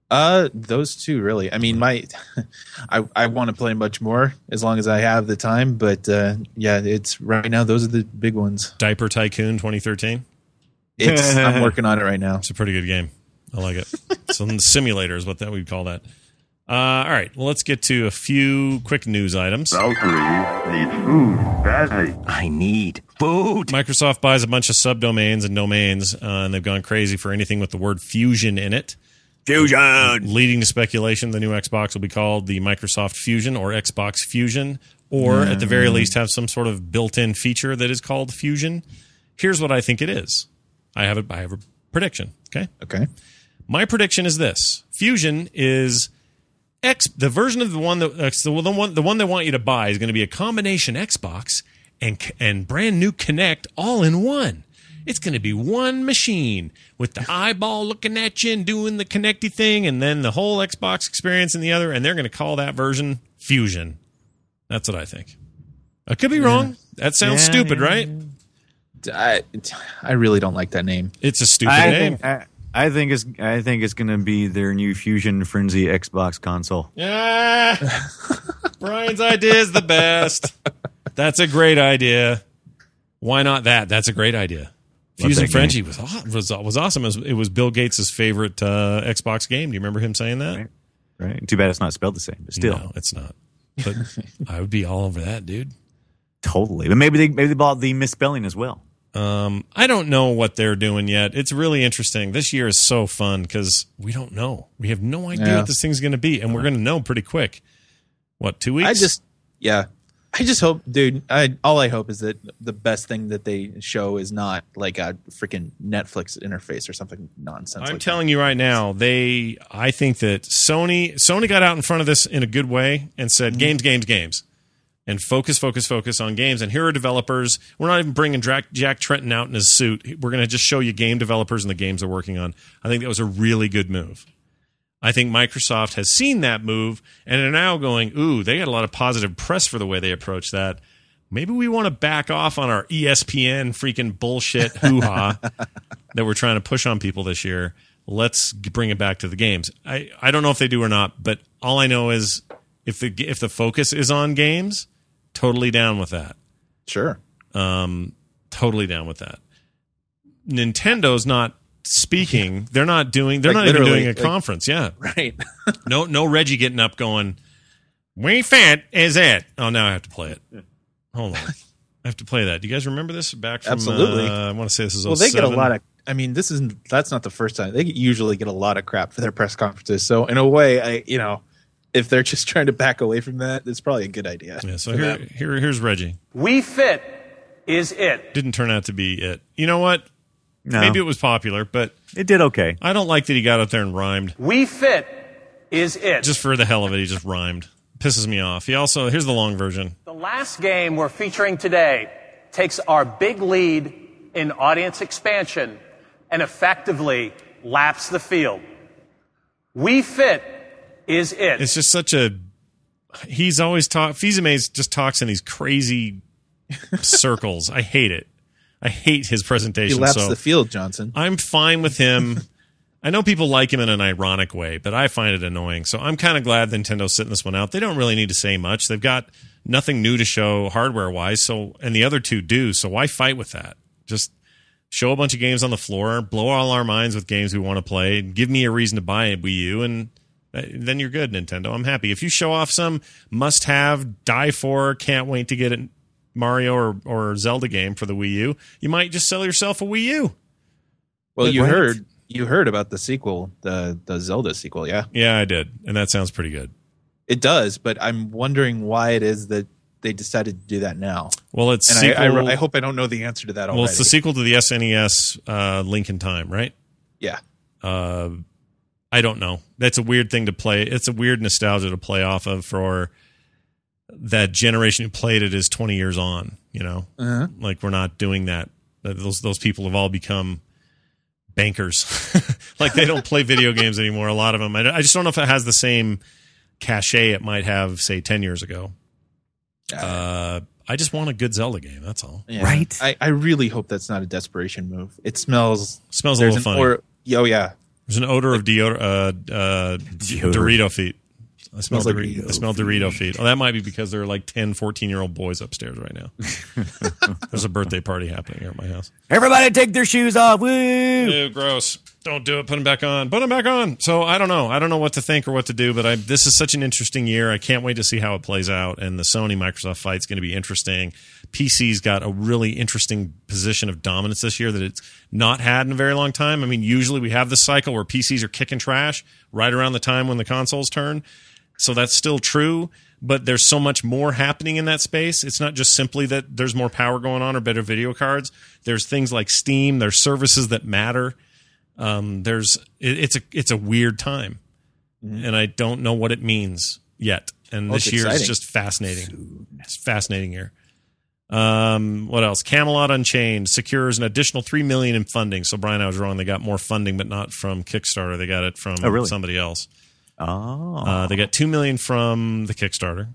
Speaker 5: Uh, those two really. I mean, my, I I want to play much more as long as I have the time. But uh, yeah, it's right now. Those are the big ones.
Speaker 1: Diaper Tycoon 2013.
Speaker 5: It's I'm working on it right now.
Speaker 1: It's a pretty good game. I like it. so the simulator is what that we'd call that. Uh, all right. Well, let's get to a few quick news items.
Speaker 2: Valkyrie needs food badly.
Speaker 8: I need food.
Speaker 1: Microsoft buys a bunch of subdomains and domains, uh, and they've gone crazy for anything with the word fusion in it,
Speaker 8: Fusion.
Speaker 1: leading to speculation the new Xbox will be called the Microsoft Fusion or Xbox Fusion, or at the very least have some sort of built-in feature that is called Fusion. Here's what I think it is. I have a, I have a prediction. Okay.
Speaker 5: Okay.
Speaker 1: My prediction is this: Fusion is X. The version of the one that uh, the, the one the one they want you to buy is going to be a combination Xbox and and brand new Connect all in one. It's going to be one machine with the eyeball looking at you and doing the connecty thing, and then the whole Xbox experience in the other. And they're going to call that version Fusion. That's what I think. I could be wrong. That sounds
Speaker 3: Yeah,
Speaker 1: stupid,
Speaker 3: yeah,
Speaker 1: right?
Speaker 5: I, I really don't like that name.
Speaker 1: It's a stupid
Speaker 3: I
Speaker 1: name.
Speaker 3: think, I, I think it's I think it's going to be their new Fusion Frenzy Xbox console.
Speaker 1: Yeah. Brian's idea is the best. That's a great idea. Why not that? That's a great idea.
Speaker 3: Love
Speaker 1: Fusion
Speaker 3: that
Speaker 1: Frenchie was, aw- was was awesome. It was, it was Bill Gates' favorite uh, Xbox game. Do you remember him saying that?
Speaker 3: Right. Right? Too bad it's not spelled the same, but still,
Speaker 1: No, it's not. But I would be all over that, dude.
Speaker 3: totally. But maybe they maybe they bought the misspelling as well.
Speaker 1: Um, I don't know what they're doing yet. It's really interesting. This year is so fun because we don't know. We have no idea
Speaker 5: Yeah.
Speaker 1: what this thing's going to be,
Speaker 3: Uh-huh.
Speaker 1: and we're going to know pretty quick. What two weeks?
Speaker 5: I just, yeah, I just hope, dude. I all I hope is that the best thing that they show is not like a freaking Netflix interface or something nonsense.
Speaker 1: I'm
Speaker 5: like
Speaker 1: telling you right now, they. I think that Sony Sony got out in front of this in a good way and said games, games, games, and focus, focus, focus on games. And here are developers. We're not even bringing Jack, Jack Trenton out in his suit. We're going to just show you game developers and the games they're working on. I think that was a really good move. I think Microsoft has seen that move and are now going, ooh, they got a lot of positive press for the way they approach that. Maybe we want to back off on our E ESPN freaking bullshit hoo ha that we're trying to push on people this year. Let's g- bring it back to the games. I, I don't know if they do or not, but all I know is if the g- if the focus is on games, totally down with that.
Speaker 5: that. sure.
Speaker 1: Um, totally down with that. Nintendo's not speaking. They're not doing. They're
Speaker 5: Like,
Speaker 1: not even
Speaker 5: literally,
Speaker 1: doing a
Speaker 5: like-
Speaker 1: conference. Yeah.
Speaker 5: Right.
Speaker 1: No, no Reggie getting up going, We fat is it. Oh, now I have to play it. Hold on. I have to play that. Do you guys remember this back from
Speaker 5: Absolutely.
Speaker 1: uh, I want to say this is
Speaker 5: well, they get a
Speaker 1: 07.
Speaker 5: lot of. I mean, this isn't. That's not the first time. They usually get a lot of crap for their press conferences. So in a way, I you know, if they're just trying to back away from that, it's probably a good idea.
Speaker 1: Yeah, so
Speaker 5: for
Speaker 1: here,
Speaker 5: that.
Speaker 1: here, here's Reggie.
Speaker 9: We Fit is it.
Speaker 1: Didn't turn out to be it. You know what?
Speaker 3: No,
Speaker 1: Maybe
Speaker 3: maybe
Speaker 1: it was popular, but
Speaker 3: it did okay.
Speaker 1: I don't like that he got up there and rhymed.
Speaker 9: We Fit is it.
Speaker 1: Just for the hell of it, he just rhymed. Pisses me off. He also, here's the long version.
Speaker 9: the last game we're featuring today takes our big lead in audience expansion and effectively laps the field. We Fit is it.
Speaker 1: It's just such a. He's always talk. Fizime's just talks in these crazy circles. I hate it. I hate his
Speaker 5: he
Speaker 1: presentation.
Speaker 5: laps
Speaker 1: so
Speaker 5: the field, Johnson.
Speaker 1: I'm fine with him. I know people like him in an ironic way, but I find it annoying. So I'm kind of glad Nintendo's sitting this one out. They don't really need to say much. They've got nothing new to show hardware wise. So and the other two do. So why fight with that? Just show a bunch of games on the floor, blow all our minds with games we want to play, and give me a reason to buy a Wii U, and th- then you're good, Nintendo. I'm happy. If you show off some must have, die for, can't wait to get it Mario or, or Zelda game for the Wii U, you might just sell yourself a Wii U.
Speaker 5: Well, you
Speaker 3: Right.
Speaker 5: heard you heard about the sequel, the the Zelda sequel, yeah.
Speaker 1: Yeah, I did. And that sounds pretty good.
Speaker 5: It does, but I'm wondering why it is that they decided to do that now.
Speaker 1: Well, it's
Speaker 5: And
Speaker 1: sequel,
Speaker 5: I, I, I hope I don't know the answer to that already.
Speaker 1: well, it's the sequel to the SNES uh, Link in Time, right?
Speaker 5: yeah,
Speaker 1: Uh, I don't know. That's a weird thing to play. It's a weird nostalgia to play off of for that generation who played it is 20 years on, you know?
Speaker 5: Uh-huh.
Speaker 1: Like we're not doing that. That- Those those people have all become bankers. like they don't play video games anymore a lot of them. I, I just don't know if it has the same cachet it might have say 10 years ago. Uh, I just want a good Zelda game, that's all.
Speaker 5: yeah.
Speaker 7: Right?
Speaker 5: I, I really hope that's not a desperation move. It smells.
Speaker 1: Smells a
Speaker 5: There's
Speaker 1: little
Speaker 5: an
Speaker 1: funny.
Speaker 5: or oh yeah,
Speaker 1: There's an odor of deodor- uh, uh,
Speaker 3: Deodorant.
Speaker 1: Dorito feet. I smell,
Speaker 5: Smells like
Speaker 1: Dori- I
Speaker 5: Dorito
Speaker 1: smell Dorito feet. Oh, that might be because there are like 10, 14 year old boys upstairs right now. There's a birthday party happening here at my house.
Speaker 3: Everybody take their shoes off. Woo!
Speaker 1: Ew, gross. Don't do it. Put them back on. Put them back on. So I don't know. I don't know what to think or what to do, but I, this is such an interesting year. I can't wait to see how it plays out. And the Sony Microsoft fight's going to be interesting. PC's got a really interesting position of dominance this year that it's not had in a very long time. I mean, usually we have this cycle where PCs are kicking trash right around the time when the consoles turn. So that's still true, but there's so much more happening in that space. It's not just simply that there's more power going on or better video cards. There's things like Steam, there's services that matter. Um, there's it, it's a it's a weird time, and I don't know what it means yet. And
Speaker 5: Oh, Mm-hmm. it's
Speaker 1: this year is
Speaker 5: exciting.
Speaker 1: just fascinating. It's a fascinating year. Um, what else? Camelot Unchained secures an additional three million in funding. So Brian, I was wrong. They got more funding, but not from Kickstarter. They got it from
Speaker 3: Oh, really?
Speaker 1: somebody else.
Speaker 3: Oh,
Speaker 1: Uh, they got two million from the Kickstarter.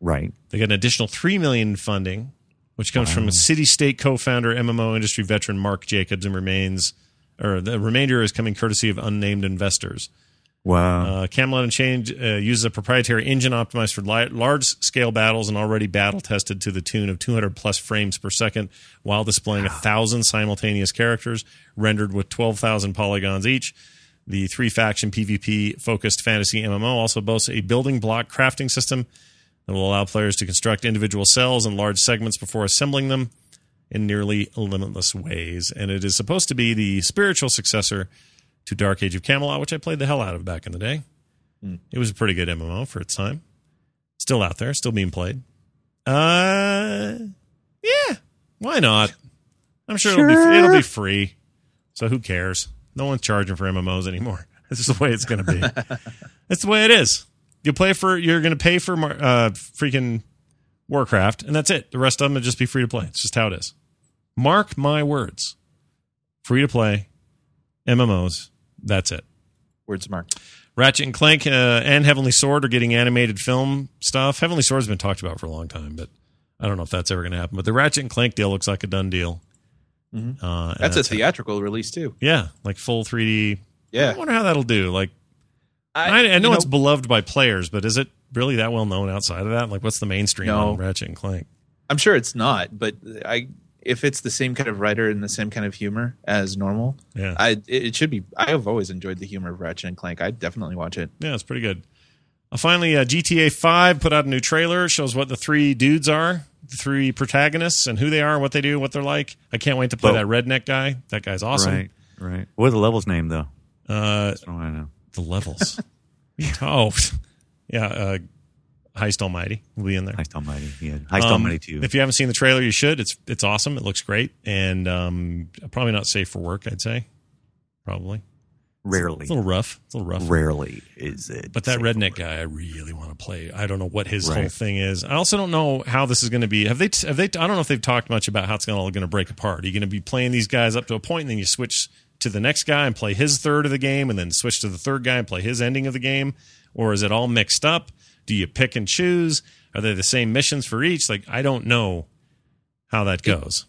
Speaker 3: right.
Speaker 1: They got an additional three million in funding which comes from City State co-founder, MMO industry veteran Mark Jacobs, and remains, or the remainder is coming courtesy of unnamed investors.
Speaker 3: Wow.
Speaker 1: Uh, Camelot and Change uh, uses a proprietary engine optimized for li- large scale battles and already battle tested to the tune of 200 plus frames per second while displaying a 1,000 simultaneous characters rendered with 12,000 polygons each. The three faction PvP focused fantasy MMO also boasts a building block crafting system that will allow players to construct individual cells in large segments before assembling them in nearly limitless ways. And it is supposed to be the spiritual successor to Dark Age of Camelot, which I played the hell out of back in the day. It was a pretty good MMO for its time. Still out there, still being played. Uh, yeah, why not? I'm sure, It'll,
Speaker 7: Sure.
Speaker 1: be, it'll be free. So who cares? No one's charging for MMOs anymore. This is the way it's going to be. That's the way it is. You play for you're going to pay for mar- uh, freaking Warcraft, and that's it. The rest of them would just be free to play. It's just how it is. Mark my words. Free to play MMOs. That's it.
Speaker 5: Words mark.
Speaker 1: Ratchet and Clank uh, and Heavenly Sword are getting animated film stuff. Heavenly Sword's been talked about for a long time, but I don't know if that's ever going to happen. But the Ratchet and Clank deal looks like a done deal. Uh, and
Speaker 5: Mm-hmm. That's, a theatrical release too.
Speaker 1: yeah, like full 3D.
Speaker 5: Yeah.
Speaker 1: I wonder how that'll do. Like, I, I know,
Speaker 5: you
Speaker 1: it's beloved by players, but is it really that well known outside of that? Like, what's the mainstream
Speaker 5: No.
Speaker 1: on Ratchet and Clank?
Speaker 5: I'm sure it's not, but I if it's the same kind of writer and the same kind of humor as normal,
Speaker 1: Yeah.
Speaker 5: I it, it should be. I have always enjoyed the humor of Ratchet and Clank. I'd definitely watch it.
Speaker 1: Yeah, it's pretty good. Uh, finally, uh, GTA 5 put out a new trailer. Shows what the three dudes are, the three protagonists, and who they are, what they do, what they're like. I can't wait to play
Speaker 3: Bo-
Speaker 1: that redneck guy. That guy's awesome.
Speaker 3: Right. Right. What's the level's name though?
Speaker 1: Uh,
Speaker 3: I don't know.
Speaker 1: the levels. oh, yeah. Uh, Heist Almighty will be in there.
Speaker 3: Heist Almighty. Yeah. Heist
Speaker 1: Um,
Speaker 3: Almighty too.
Speaker 1: If you haven't seen the trailer, you should. It's it's awesome. It looks great, and um, probably not safe for work. I'd say probably
Speaker 3: Rarely.
Speaker 1: it's a little rough. It's a little rough.
Speaker 3: Rarely is it.
Speaker 1: But that
Speaker 3: safe
Speaker 1: redneck
Speaker 3: for work.
Speaker 1: guy, I really want to play. I don't know what his
Speaker 3: Right.
Speaker 1: whole thing is. I also don't know how this is going to be. Have they? Have they? I don't know if they've talked much about how it's gonna- all going to break apart. Are you going to be playing these guys up to a point, and then you switch to the next guy and play his third of the game, and then switch to the third guy and play his ending of the game, or is it all mixed up? Do you pick and choose? Are they the same missions for each? Like I don't know how that goes.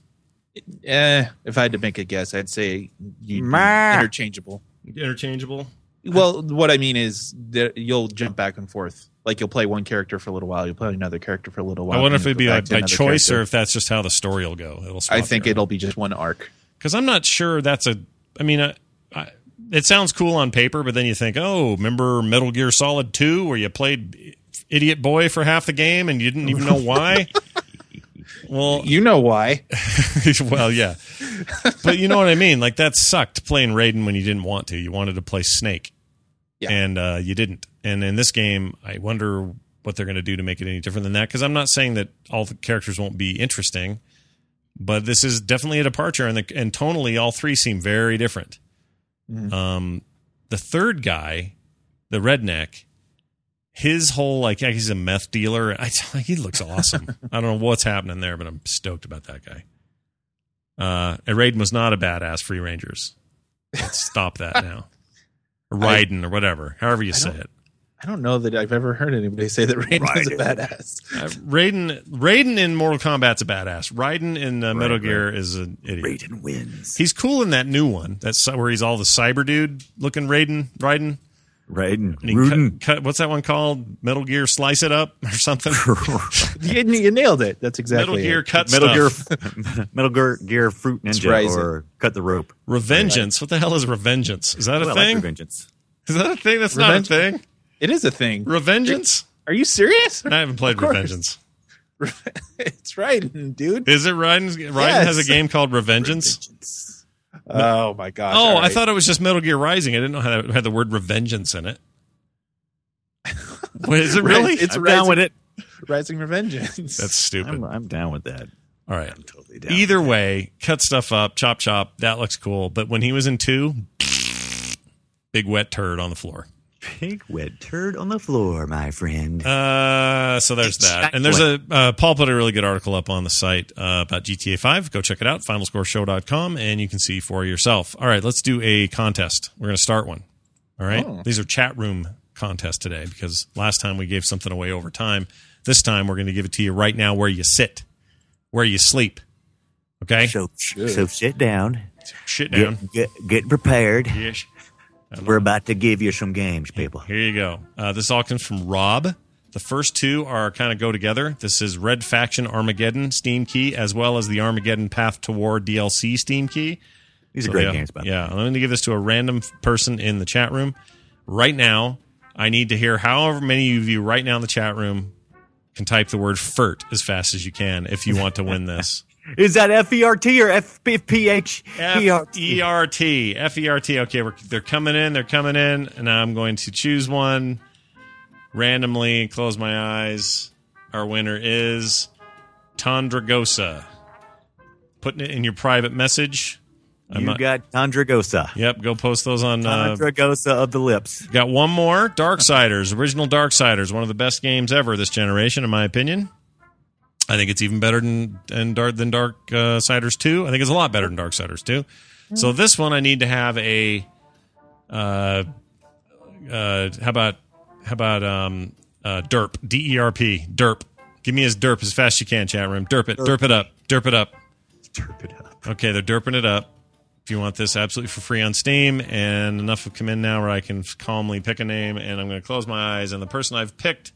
Speaker 5: Eh, if I had to make a guess, I'd say you
Speaker 3: Meh.
Speaker 5: interchangeable.
Speaker 1: Interchangeable.
Speaker 5: Well, what I mean is that you'll jump back and forth. Like you'll play one character for a little while, you'll play another character for a little while.
Speaker 1: I wonder if
Speaker 5: and you'll
Speaker 1: it'd be like
Speaker 5: go back to
Speaker 1: by
Speaker 5: another
Speaker 1: choice or
Speaker 5: character.
Speaker 1: if that's just how the story will go. It'll.
Speaker 5: I
Speaker 1: swap
Speaker 5: think
Speaker 1: around.
Speaker 5: it'll be just one arc.
Speaker 1: because I'm not sure that's a. I mean, I, I, it sounds cool on paper, but then you think, oh, remember Metal Gear Solid Two, where you played Idiot Boy for half the game and you didn't even know why. well,
Speaker 5: You know why?
Speaker 1: well, yeah, but you know what I mean. Like that sucked playing Raiden when you didn't want to. You wanted to play Snake,
Speaker 5: Yeah.
Speaker 1: and uh, you didn't. And in this game, I wonder what they're going to do to make it any different than that. Because I'm not saying that all the characters won't be interesting, but this is definitely a departure. And the, and tonally, all three seem very different. Um, the third guy, the redneck. His whole like yeah, he's a meth dealer. I, he looks awesome. I don't know what's happening there, but I'm stoked about that guy. Uh, and Raiden was not a badass Free Rangers. Let's stop that now. Or Raiden or whatever, however you say it.
Speaker 5: I don't know that I've ever heard anybody say that Raiden is a badass.
Speaker 1: Uh, Raiden, Raiden in Mortal Kombat's a badass. Raiden in uh, Metal Gear is an idiot.
Speaker 3: Raiden wins.
Speaker 1: He's cool in that new one. That's where he's all the cyber dude looking Raiden. Raiden.
Speaker 3: Raiden.
Speaker 1: And he
Speaker 3: Rudin.
Speaker 1: Cut, cut, what's that one called? Metal Gear Slice It Up or something?
Speaker 5: you, you nailed it. That's exactly
Speaker 1: Metal Gear
Speaker 5: it.
Speaker 1: Cut
Speaker 3: Metal Gear,
Speaker 1: Stuff.
Speaker 3: Metal Gear, Gear Fruit Ninja,
Speaker 5: Rising.
Speaker 3: or Cut the Rope.
Speaker 1: Revengeance. What the hell is Revengeance? Is that a
Speaker 3: Well, I
Speaker 1: thing?
Speaker 3: like Vengeance.
Speaker 1: is that a thing? That's
Speaker 5: Revenge-
Speaker 1: not a thing.
Speaker 5: It is a thing.
Speaker 1: Revengeance?
Speaker 5: Are you serious?
Speaker 1: I haven't played
Speaker 5: course.
Speaker 1: Revengeance.
Speaker 5: it's Raiden, dude.
Speaker 1: Is it Raiden? Raiden has a
Speaker 5: Yes.
Speaker 1: game called Revengeance.
Speaker 5: Oh my gosh.
Speaker 1: Oh,
Speaker 5: all
Speaker 1: I
Speaker 5: right.
Speaker 1: thought it was just Metal Gear Rising. I didn't know how it had the word Revengeance in it. What, is it really?
Speaker 5: It's
Speaker 3: I'm
Speaker 5: Rising,
Speaker 3: down with it.
Speaker 5: Rising Revengeance.
Speaker 1: That's stupid.
Speaker 3: I'm, I'm down with that.
Speaker 1: All right.
Speaker 3: I'm totally down.
Speaker 1: Either way, cut stuff up, chop chop. That looks cool. But when he was in two, big wet turd on the floor.
Speaker 3: Pink wet turd on the floor, my friend.
Speaker 1: Uh, so there's that. And there's a uh, Paul put a really good article up on the site uh, about GTA 5. Go check it out, finalscoreshow.com, and you can see for yourself. All right, let's do a contest. We're going to start one. All right. These are chat room contests today because last time we gave something away over time. This time we're going to give it to you right now where you sit. where you sleep. Okay?
Speaker 3: So, so sit down.
Speaker 1: Shit down.
Speaker 3: Get, get, get prepared.
Speaker 1: Yes.
Speaker 3: We're about to give you some games, people.
Speaker 1: Here you go. Uh, this all comes from Rob. The first two are kind of go together. This is Red Faction Armageddon Steam Key, as well as the Armageddon Path to War DLC Steam Key.
Speaker 3: These are
Speaker 1: So,
Speaker 3: great
Speaker 1: yeah,
Speaker 3: games, by the way.
Speaker 1: Yeah, I'm going to give this to a random f- person in the chat room right now. I need to hear however many of you right now in the chat room can type the word "fert" as fast as you can if you want to win this.
Speaker 3: Is that F E R T or F P H E R
Speaker 1: F
Speaker 3: T?
Speaker 1: E R T. F E R T. Okay, we're, they're coming in. They're coming in. And I'm going to choose one randomly, close my eyes. Our winner is Tondragosa. Putting it in your private message. I'm
Speaker 3: You
Speaker 1: not-
Speaker 3: got Tondragosa.
Speaker 1: Yep, go post those on. Uh,
Speaker 3: Tondragosa of the lips.
Speaker 1: got one more Darksiders, original Darksiders, one of the best games ever this generation, in my opinion. I think it's even better than than Dark than Dark uh, Siders Two. I think it's a lot better than Dark Siders Two. So this one I need to have a, uh, uh, how about how about um uh derp D E R P derp. Give me his derp as fast as you can, chat room. Derp it, derp it up, derp it up.
Speaker 3: Turp it up.
Speaker 1: Okay, they're derping it up. If you want this absolutely for free on Steam, and enough have come in now where I can calmly pick a name, and I'm going to close my eyes. And the person I've picked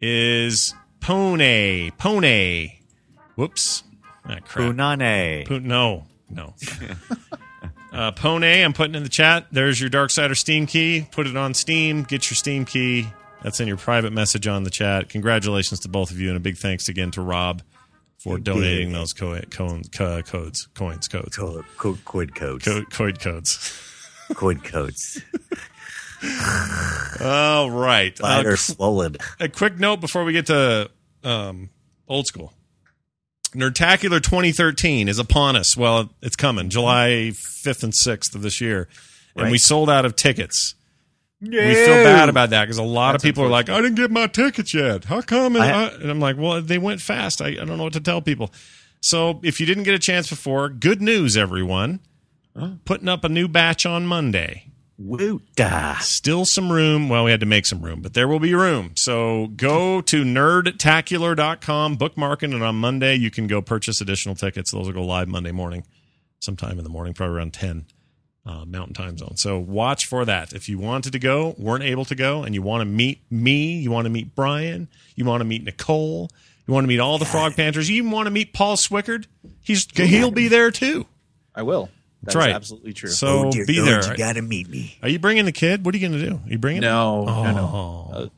Speaker 1: is Pone. Pone. Whoops. Ah, crap.
Speaker 3: Punane.
Speaker 1: Pone. No, no. uh, Pone, I'm putting in the chat. There's your Darksider Steam key. Put it on Steam. Get your Steam key. That's in your private message on the chat. Congratulations to both of you, and a big thanks again to Rob for donating those co- co- co- codes, coins, codes,
Speaker 3: Co- co- Quid codes.
Speaker 1: co- coid codes.
Speaker 3: Quid codes.
Speaker 1: All right. Uh,
Speaker 3: Bladder swollen.
Speaker 1: a quick note before we get to um, old school. Nerdtacular 2013 is upon us. Well, it's coming July 5th and 6th of this year. And
Speaker 3: Right.
Speaker 1: we sold out of tickets. We feel bad about that because a lot of people are like, I didn't get my tickets yet. How come? And,
Speaker 3: I-
Speaker 1: I, and I'm like, well, they went fast. I, I don't know what to tell people. So if you didn't get a chance before, good news, everyone. Putting up a new batch on Monday
Speaker 3: Woota.
Speaker 1: still some room. Well, we had to make some room, but there will be room. So go to nerdtacular.com, bookmark it, and on Monday you can go purchase additional tickets. Those will go live Monday morning, sometime in the morning, probably around 10 uh, Mountain Time Zone. So watch for that. If you wanted to go, weren't able to go, and you want to meet me, you want to meet Brian, you want to meet Nicole, you want to meet all the Frog Panthers, you even want to meet Paul Swickard, he's, he'll be there too.
Speaker 5: I will. That's
Speaker 1: right.
Speaker 5: absolutely true.
Speaker 1: So
Speaker 3: Oh, dear
Speaker 1: be
Speaker 3: Lord,
Speaker 1: there.
Speaker 3: You gotta meet me.
Speaker 1: Are you bringing the kid? What are you going to do? Are you bringing
Speaker 5: no,
Speaker 1: Oh,
Speaker 5: no, no. Uh,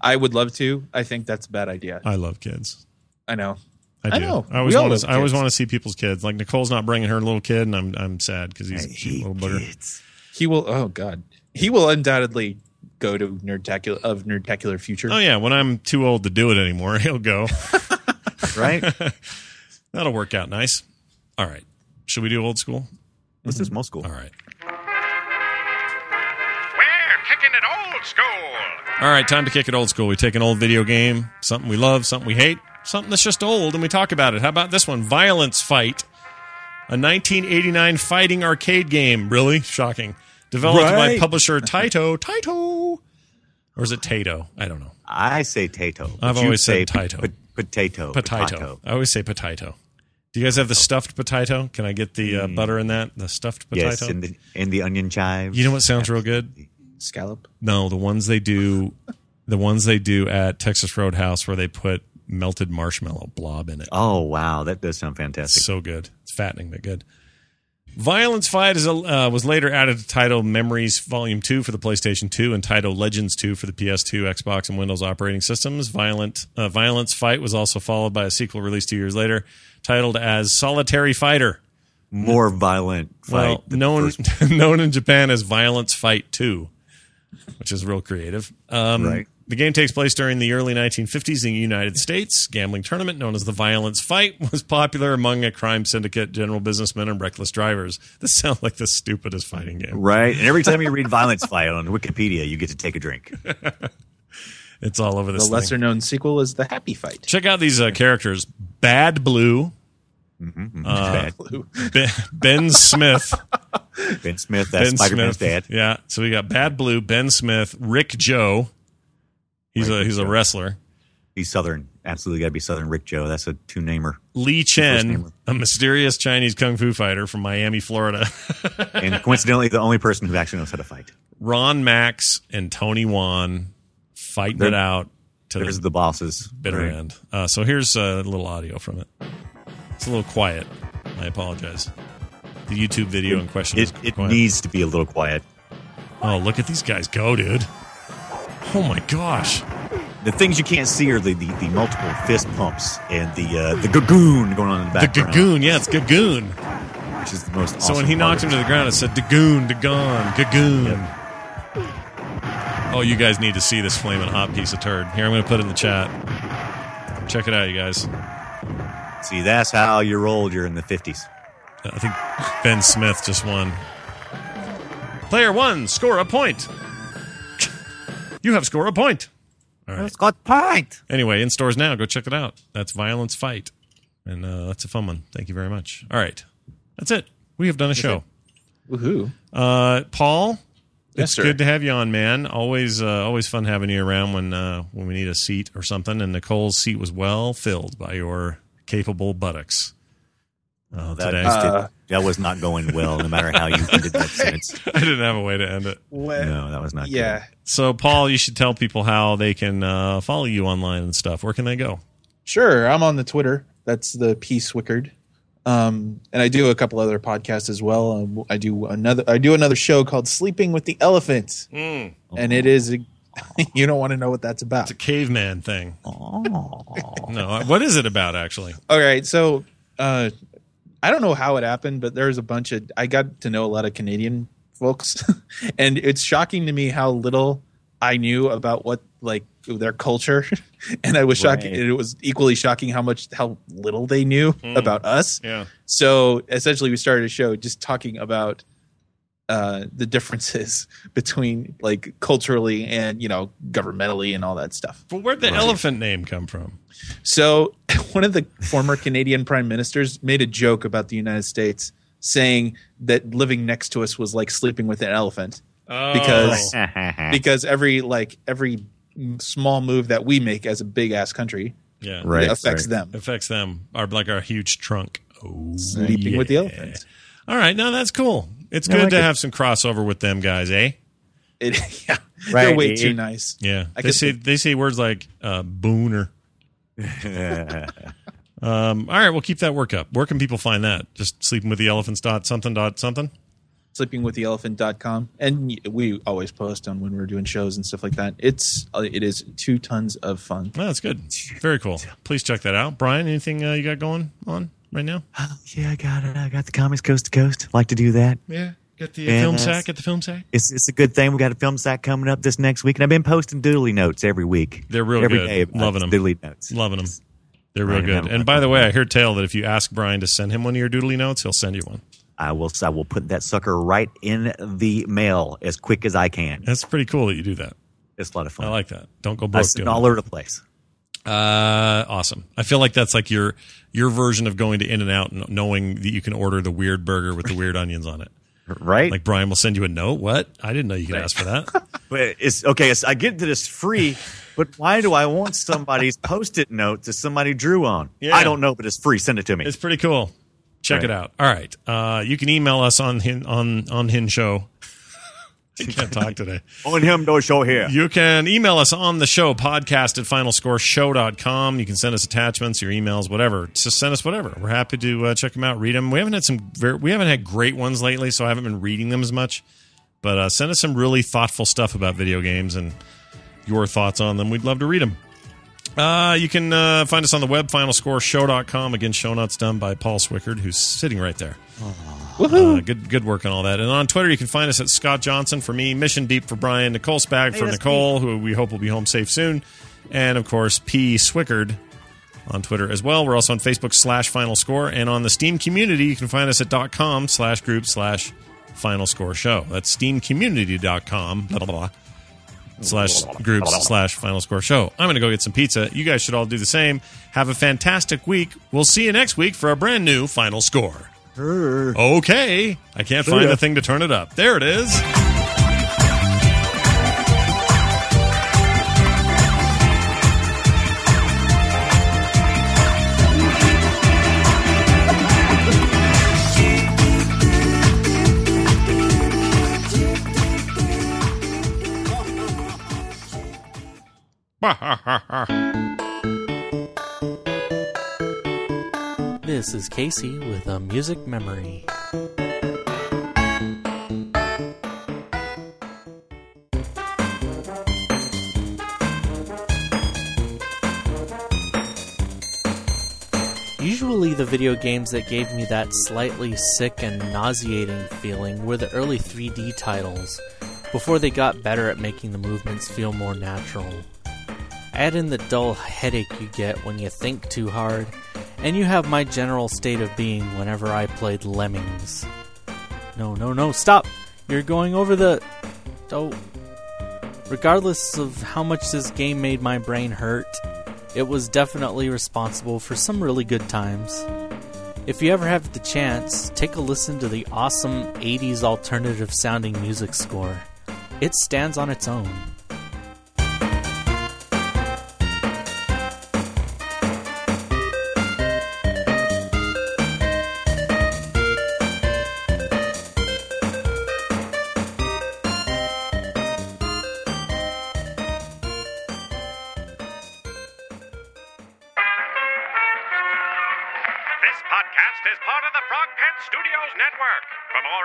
Speaker 5: I would love to. I think that's a bad idea.
Speaker 1: I love kids.
Speaker 5: I know.
Speaker 1: I
Speaker 5: I
Speaker 1: do. I,
Speaker 5: know.
Speaker 1: always
Speaker 5: We all
Speaker 1: want
Speaker 5: love
Speaker 1: to. I always
Speaker 5: kids.
Speaker 1: want to see people's kids. Like Nicole's not bringing her little kid, and I'm I'm sad because he's a cute little bugger.
Speaker 3: Kids.
Speaker 5: He will. Oh God, he will undoubtedly go to Nerdtacular of Nerdtacular Future.
Speaker 1: Oh yeah, when I'm too old to do it anymore, he'll go.
Speaker 3: Right?
Speaker 1: That'll work out nice. All right. Should we do old school?
Speaker 3: this is most school.
Speaker 1: All right.
Speaker 2: We're kicking it old school.
Speaker 1: All right. Time to kick it old school. We take an old video game, something we love, something we hate, something that's just old, and we talk about it. How about this one? Violence Fight, a 1989 fighting arcade game. Really shocking. Developed by
Speaker 3: Right.
Speaker 1: publisher Taito. Taito. Or is it Tato? I don't know.
Speaker 3: I say Tato. but
Speaker 1: I've
Speaker 3: you
Speaker 1: always
Speaker 3: say
Speaker 1: said Tato.
Speaker 3: pot- potato. Oh.
Speaker 1: potato. I always say potato. Do you guys have the stuffed potato? Can I get the uh, butter in that? The stuffed potato.
Speaker 3: Mm. Yes, in the in the onion chives.
Speaker 1: you know what sounds real good?
Speaker 5: Scallop.
Speaker 1: No, the ones they do, the ones they do at Texas Roadhouse where they put melted marshmallow blob in it.
Speaker 3: Oh wow, that does sound fantastic.
Speaker 1: So good. It's fattening, but good. Violence Fight is a, uh, was later added to title Memories Volume 2 for the PlayStation 2 and title Legends 2 for the PS2, Xbox, and Windows operating systems. Violent uh, Violence Fight was also followed by a sequel released two years later titled as Solitary Fighter.
Speaker 3: More violent fight.
Speaker 1: Well, known, known in Japan as Violence Fight 2, which is real creative. Um,
Speaker 3: Right.
Speaker 1: The game takes place during the early 1950s in the United States. Gambling tournament known as the Violence Fight was popular among a crime syndicate, general businessmen, and reckless drivers. This sounds like the stupidest fighting game.
Speaker 3: Right, and every time you read violence fight on Wikipedia, you get to take a drink.
Speaker 1: It's all over this
Speaker 5: The
Speaker 1: thing.
Speaker 5: lesser known sequel is the Happy Fight.
Speaker 1: Check out these uh, characters: Bad Blue, Uh,
Speaker 3: Bad.
Speaker 1: Ben, ben Smith,
Speaker 3: Ben Smith, that's
Speaker 1: Ben
Speaker 3: Spider Man's
Speaker 1: Smith.
Speaker 3: dad.
Speaker 1: Yeah. So we got Bad Blue, Ben Smith, Rick Joe. He's a he's a wrestler.
Speaker 3: He's Southern. absolutely got to be Southern Rick Joe. That's a two namer.
Speaker 1: Lee
Speaker 3: namer.
Speaker 1: Chen, a mysterious Chinese kung fu fighter from Miami, Florida.
Speaker 3: and coincidentally, the only person who actually knows how to fight.
Speaker 1: Ron Max and Tony Wan fighting
Speaker 3: They're-
Speaker 1: it out to
Speaker 3: There's
Speaker 1: the
Speaker 3: the bosses.
Speaker 1: bitter
Speaker 3: Right.
Speaker 1: end. Uh, so here's a little audio from it. It's a little quiet. I apologize. The YouTube video in question is
Speaker 3: It, it
Speaker 1: quiet.
Speaker 3: needs to be a little quiet.
Speaker 1: oh, look at these guys go, dude. Oh my gosh.
Speaker 3: The things you can't see are the, the, the multiple fist pumps and the uh, the gagoon going on in the
Speaker 1: The
Speaker 3: background.
Speaker 1: Gagoon. Yeah, it's Gagoon.
Speaker 3: which is the most.
Speaker 1: so when he knocked him to the ground, it said Dagoon, Dagon, Gagoon. Oh, you guys need to see this flaming hot piece of turd. Here, I'm going to put it in the chat. Check it out, you guys.
Speaker 3: the see, that's how you rolled. You're in the fifties.
Speaker 1: I think Ben Smith just won. Player one, score a point. You have score a point. All right.
Speaker 3: got point.
Speaker 1: Anyway, in stores now. Go check it out. That's Violence Fight. And uh, that's a fun one. Thank you very much. All right. That's it. We have done a show.
Speaker 5: Woohoo.
Speaker 1: Uh, Paul,
Speaker 5: Yes,
Speaker 1: it's
Speaker 5: sir.
Speaker 1: good to have you on, man. Always, uh, always fun having you around when uh, when we need a seat or something. And Nicole's seat was well filled by your capable buttocks. Uh,
Speaker 3: That,
Speaker 1: today,
Speaker 3: just did- that was not going well, no matter how you ended that sentence.
Speaker 1: I didn't have a way to end it.
Speaker 5: Well,
Speaker 3: No, that was not.
Speaker 5: yeah.
Speaker 1: So, Paul, you should tell people how they can uh, follow you online and stuff. Where can they go?
Speaker 5: Sure, I'm on the Twitter. That's the P Swickard. Um, and I do a couple other podcasts as well. Um, I do another. I do another show called Sleeping with the Elephant, and it is. you don't want to know what that's about.
Speaker 1: It's a caveman thing. no, uh, what is it about actually?
Speaker 5: All right, so uh, I don't know how it happened, but there's a bunch of I got to know a lot of Canadian folks, and it's shocking to me how little I knew about what like their culture, and I was shocked.
Speaker 3: Right.
Speaker 5: It was equally shocking how much how little they knew about us.
Speaker 1: Yeah.
Speaker 5: So essentially, we started a show just talking about uh, the differences between like culturally and you know governmentally and all that stuff.
Speaker 1: But where'd the elephant name come from?
Speaker 5: So one of the former Canadian prime ministers made a joke about the United States, saying that living next to us was like sleeping with an elephant
Speaker 1: Oh.
Speaker 5: because
Speaker 3: Good.
Speaker 5: because every like every m- small move that we make as a big ass country
Speaker 1: yeah,
Speaker 3: right.
Speaker 5: affects
Speaker 3: right.
Speaker 5: them.
Speaker 1: affects them. Our like our huge trunk. Oh,
Speaker 5: Sleeping with the
Speaker 1: yeah.
Speaker 5: elephant.
Speaker 1: All right, no, that's cool. It's good
Speaker 3: like
Speaker 1: to
Speaker 3: it.
Speaker 1: have some crossover with them guys, eh?
Speaker 5: It, yeah, they're
Speaker 3: Right,
Speaker 5: way
Speaker 3: it-
Speaker 5: too nice.
Speaker 1: Yeah,
Speaker 5: I
Speaker 1: they
Speaker 5: could
Speaker 1: say
Speaker 5: think-
Speaker 1: they say words like uh, booner.
Speaker 3: Yeah.
Speaker 1: Um, all right, we'll keep that work up. Where can people find that? Just sleeping with the elephants dot something dot something.
Speaker 5: sleepingwiththeelephant.com and we always post on when we're doing shows and stuff like that it's uh, it is two tons of fun
Speaker 1: No, that's good. Very cool. Please check that out. Brian, anything uh, you got going on right now?
Speaker 3: Oh, yeah, I got it. I got the comics coast to coast. Like to do that.
Speaker 1: Yeah. Get the uh,
Speaker 3: Yeah,
Speaker 1: film
Speaker 3: that's-
Speaker 1: sack. Get the film sack.
Speaker 3: It's it's a good thing. We got a film sack coming up this next week, and I've been posting doodly notes every week.
Speaker 1: They're real
Speaker 3: every
Speaker 1: good.
Speaker 3: day about
Speaker 1: Loving 'em.
Speaker 3: Doodly notes.
Speaker 1: Loving them. They're real
Speaker 3: Brian,
Speaker 1: good.
Speaker 3: I'm-
Speaker 1: And by the way, I hear tale that if you ask Brian to send him one of your doodly notes, he'll send you one.
Speaker 3: I will. I will put that sucker right in the mail as quick as I can.
Speaker 1: That's pretty cool that you do that.
Speaker 3: It's a lot of fun.
Speaker 1: I like that. Don't go
Speaker 3: I
Speaker 1: broke
Speaker 3: sit
Speaker 1: doing
Speaker 3: all
Speaker 1: it.
Speaker 3: over the place.
Speaker 1: Uh, awesome. I feel like that's like your your version of going to In and Out and knowing that you can order the weird burger with the weird onions on it.
Speaker 3: Right?
Speaker 1: Like Brian will send you a note. What? I didn't know you could ask for that.
Speaker 3: but it's okay. It's, I get that it's free, but why do I want somebody's post-it note that somebody drew on?
Speaker 1: Yeah.
Speaker 3: I don't know, but it's free. Send it to me.
Speaker 1: It's pretty cool. Check it out. All right. Uh, you can email us on hin, on on Hin Show. I can't talk today.
Speaker 3: on him, no show here.
Speaker 1: You can email us on the show, podcast at finalscoreshow.com. You can send us attachments, your emails, whatever. Just send us whatever. We're happy to uh, check them out, read them. We haven't had some very, we haven't had great ones lately, so I haven't been reading them as much. But uh, send us some really thoughtful stuff about video games and your thoughts on them. We'd love to read them. Uh, you can uh, find us on the web, finalscoreshow.com. Again, show notes done by Paul Swickard, who's sitting right there. Uh, good good work on all that. And on Twitter, you can find us at Scott Johnson for me, Mission Deep for Brian, Nicole Spag for Nicole, who we hope will be home safe soon, and of course P Swickard on Twitter as well. We're also on Facebook slash Final Score and on the Steam community. You can find us at dot com slash group slash Final Score Show. That's steamcommunity.com blah, blah, blah, slash groups slash Final Score Show. I'm going to go get some pizza. You guys should all do the same. Have a fantastic week. We'll see you next week for a brand new Final Score. Okay. I can't find the thing to turn it up. There it is.
Speaker 7: This is Casey with a music memory. Usually, the video games that gave me that slightly sick and nauseating feeling were the early 3D titles, before they got better at making the movements feel more natural. Add in the dull headache you get when you think too hard, and you have my general state of being whenever I played Lemmings. No, no, no, stop! You're going over the. Oh. Regardless of how much this game made my brain hurt, it was definitely responsible for some really good times. If you ever have the chance, take a listen to the awesome 80s alternative sounding music score. It stands on its own.
Speaker 2: This podcast is part of the Frog Pants Studios Network. For more